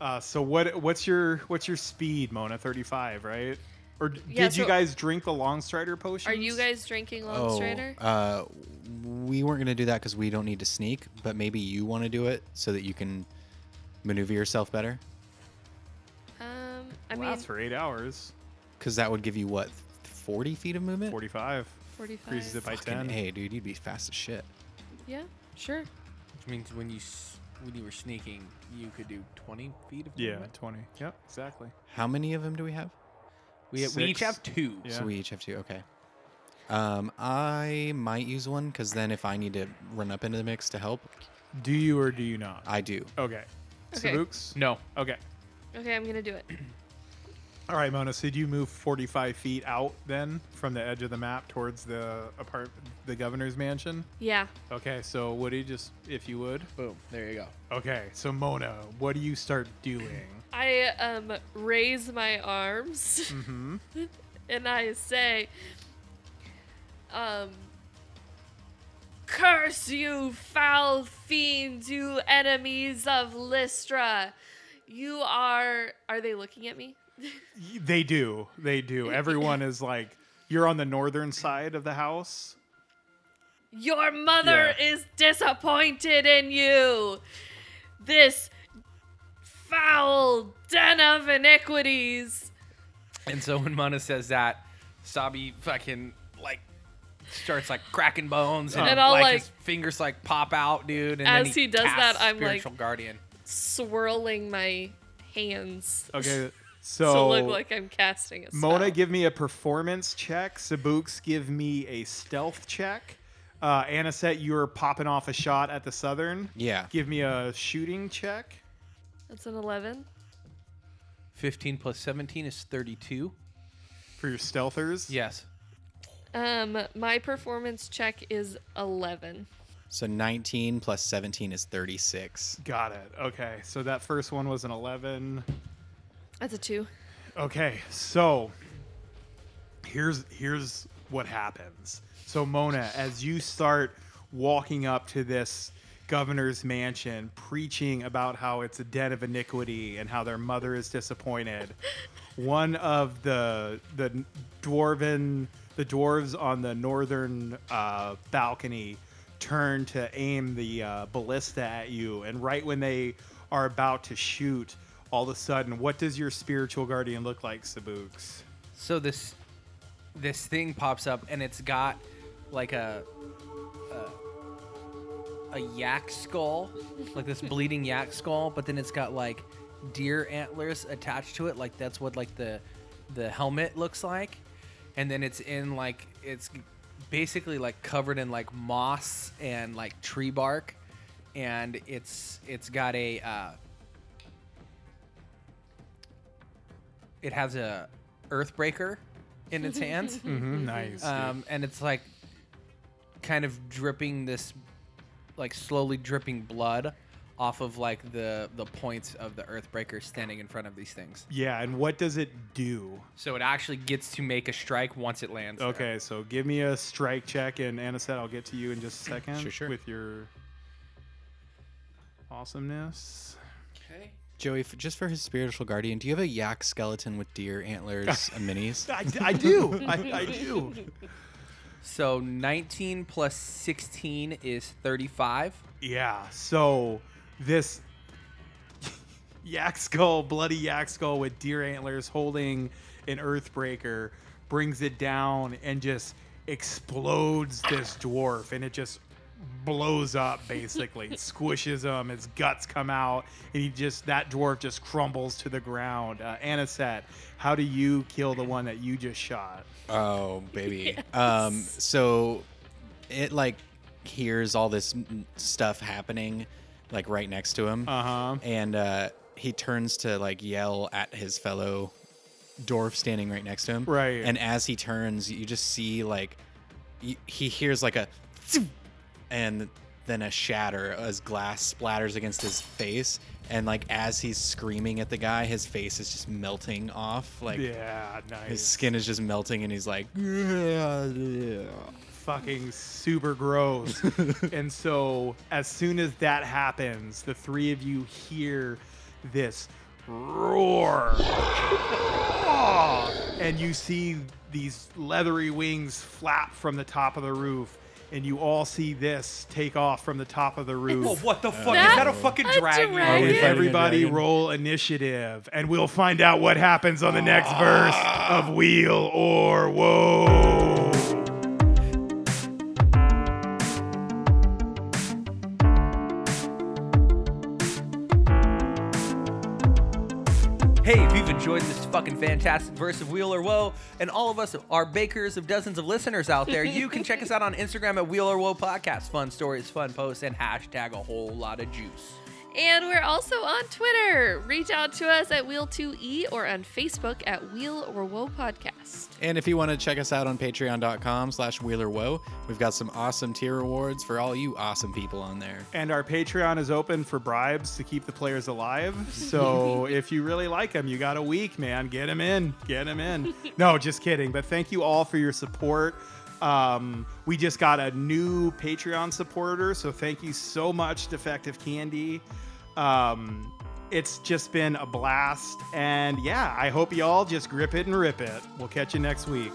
Speaker 1: Uh. So what? What's your What's your speed, Mona? Thirty five, right? Or d-
Speaker 2: Yeah,
Speaker 1: did you
Speaker 2: so-
Speaker 1: guys drink the long strider potion?
Speaker 2: Are you guys drinking long
Speaker 3: Oh,
Speaker 2: strider?
Speaker 3: uh, we weren't gonna do that because we don't need to sneak, but maybe you want to do it so that you can maneuver yourself better.
Speaker 2: Um, I mean,
Speaker 1: Lasts for eight hours.
Speaker 3: Because that would give you what, forty feet of movement?
Speaker 1: Forty five. Increases it
Speaker 2: 45.
Speaker 1: by
Speaker 3: Fucking
Speaker 1: ten.
Speaker 3: A, dude, you'd be fast as shit.
Speaker 2: Yeah, sure.
Speaker 4: Which means when you s- when you were sneaking, you could do 20 feet of
Speaker 1: Yeah,
Speaker 4: movement.
Speaker 1: twenty. Yep, exactly.
Speaker 3: How many of them do we have?
Speaker 4: We, we each
Speaker 1: Six.
Speaker 4: have two.
Speaker 1: Yeah.
Speaker 3: So we each have two. Okay. Um, I might use one because then if I need to run up into the mix to help,
Speaker 1: Do you or do you not?
Speaker 3: I do.
Speaker 1: okay.
Speaker 2: Okay.
Speaker 1: Sabuks?
Speaker 4: No.
Speaker 1: Okay.
Speaker 2: Okay, I'm gonna do it.
Speaker 1: All right, Mona. So do you move 45 feet out then from the edge of the map towards the apart the governor's mansion?
Speaker 2: Yeah.
Speaker 1: Okay. So Woody, just if you would.
Speaker 4: Boom. There you go.
Speaker 1: Okay. So Mona, what do you start doing?
Speaker 2: I um raise my arms
Speaker 1: Mm-hmm.
Speaker 2: and I say, um, curse you foul fiends, you enemies of Lystra. You are. Are they looking at me?
Speaker 1: They do. They do. Everyone is like, you're on the northern side of the house.
Speaker 2: Your mother
Speaker 1: Yeah.
Speaker 2: is disappointed in you. This foul den of iniquities.
Speaker 4: And so when Mona says that, Sabi fucking like starts like cracking bones and,
Speaker 2: And I'll,
Speaker 4: like,
Speaker 2: like-
Speaker 4: his fingers like pop out, dude. And
Speaker 2: As
Speaker 4: then
Speaker 2: he does that,
Speaker 4: casts
Speaker 2: I'm like-
Speaker 4: spiritual guardian.
Speaker 2: Swirling my hands
Speaker 1: Okay.
Speaker 2: to
Speaker 1: So
Speaker 2: look like I'm casting a spell.
Speaker 1: Mona, give me a performance check. Sabuks, give me a stealth check. Uh, Anisette, you're popping off a shot at the southern.
Speaker 3: Yeah.
Speaker 1: Give me a shooting check.
Speaker 2: That's an 11.
Speaker 4: 15 plus 17 is 32.
Speaker 1: for your stealthers.
Speaker 4: Yes.
Speaker 2: Um, my performance check is 11.
Speaker 3: So 19 plus 17 is 36.
Speaker 1: Got it. Okay. So that first one was an 11.
Speaker 2: That's a 2.
Speaker 1: Okay. So here's here's what happens. So Mona, as you start walking up to this governor's mansion preaching about how it's a den of iniquity and how their mother is disappointed, one of the the dwarven the dwarves on the northern uh, balcony turn to aim the uh, ballista at you, and right when they are about to shoot, all of a sudden, what does your spiritual guardian look like, Sabuks?
Speaker 4: So this this thing pops up and it's got like a a, a yak skull, like this bleeding yak skull, but then it's got like deer antlers attached to it, like that's what like the the helmet looks like. And then it's in like it's basically like covered in like moss and like tree bark and it's it's got a uh it has a earthbreaker in its hands.
Speaker 2: Mm-hmm.
Speaker 1: Mhm, nice. dude.
Speaker 4: um, and it's like kind of dripping this like slowly dripping blood off of like the the points of the earthbreaker standing in front of these things
Speaker 1: yeah, and what does it do?
Speaker 4: so it actually gets to make a strike once it lands there.
Speaker 1: Okay, so give me a strike check, and Anna said I'll get to you in just a second
Speaker 3: Sure, sure.
Speaker 1: with your awesomeness.
Speaker 3: Joey, f just for his spiritual guardian, do you have a yak skeleton with deer antlers and minis?
Speaker 1: I, I do. I, I do.
Speaker 4: so 19 plus 16 is 35
Speaker 1: Yeah. So this yak skull, bloody yak skull with deer antlers holding an earthbreaker, brings it down and just explodes this dwarf, and it just blows up basically, squishes him. His guts come out, and he just that dwarf just crumbles to the ground. Uh, Anisette, how do you kill the one that you just shot?
Speaker 3: Oh, baby. Um, so it like hears all this m- stuff happening, like right next to him,
Speaker 1: Uh huh.
Speaker 3: and uh, he turns to like yell at his fellow dwarf standing right next to him.
Speaker 1: Right.
Speaker 3: And as he turns, you just see like y- he hears like a zoom, and then a shatter as glass splatters against his face. And like as he's screaming at the guy, his face is just melting off. Like
Speaker 1: Yeah, nice.
Speaker 3: his skin is just melting, and he's like, "Yeah."
Speaker 1: fucking super gross. and so, as soon as that happens, the three of you hear this roar. and you see these leathery wings flap from the top of the roof. And you all see this take off from the top of the roof.
Speaker 4: Whoa, Oh, what the fuck
Speaker 2: that
Speaker 4: is that a fucking
Speaker 2: a
Speaker 4: dragon?
Speaker 2: dragon?
Speaker 1: If
Speaker 3: Fighting a
Speaker 1: everybody
Speaker 3: dragon.
Speaker 1: roll initiative, and we'll find out what happens on the next verse of Wheel or Woe.
Speaker 4: Hey, if you've enjoyed this fucking fantastic verse of Wheel or Woe, and all of us are bakers of dozens of listeners out there, you can check us out on Instagram at Wheel or Woe Podcast. Fun stories, fun posts, and hashtag a whole lot of juice.
Speaker 2: And we're also on Twitter. Reach out to us at Wheel2E or on Facebook at Wheel or Woe Podcast.
Speaker 3: And if you want to check us out on patreon.com slash wheeler woe, we've got some awesome tier rewards for all you awesome people on there.
Speaker 1: And our Patreon is open for bribes to keep the players alive. So if you really like them, you got a week, man. Get them in. Get them in. no, just kidding. But thank you all for your support. Um, we just got a new Patreon supporter. So thank you so much, Defective Candy. Um, it's just been a blast. And yeah, I hope you all just grip it and rip it. We'll catch you next week.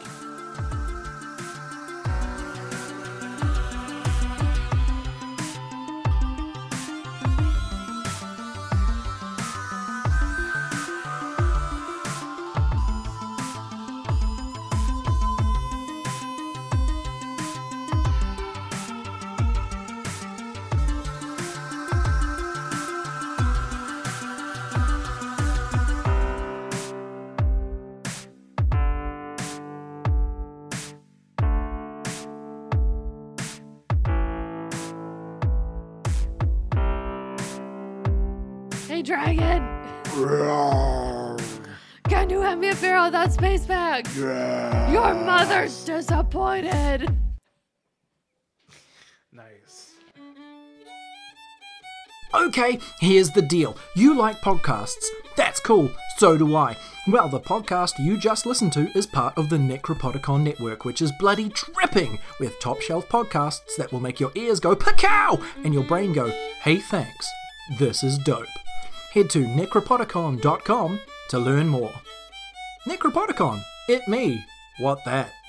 Speaker 2: Hey, dragon! Can you hand me a beer on that space bag? Your mother's disappointed!
Speaker 1: Nice.
Speaker 5: Okay, here's the deal. You like podcasts. That's cool. So do I. Well, the podcast you just listened to is part of the Necropodicon Network, which is bloody dripping with top shelf podcasts that will make your ears go pacow and your brain go, hey, thanks. This is dope. Head to necropodicon.com to learn more. Necropodicon, it me. What that?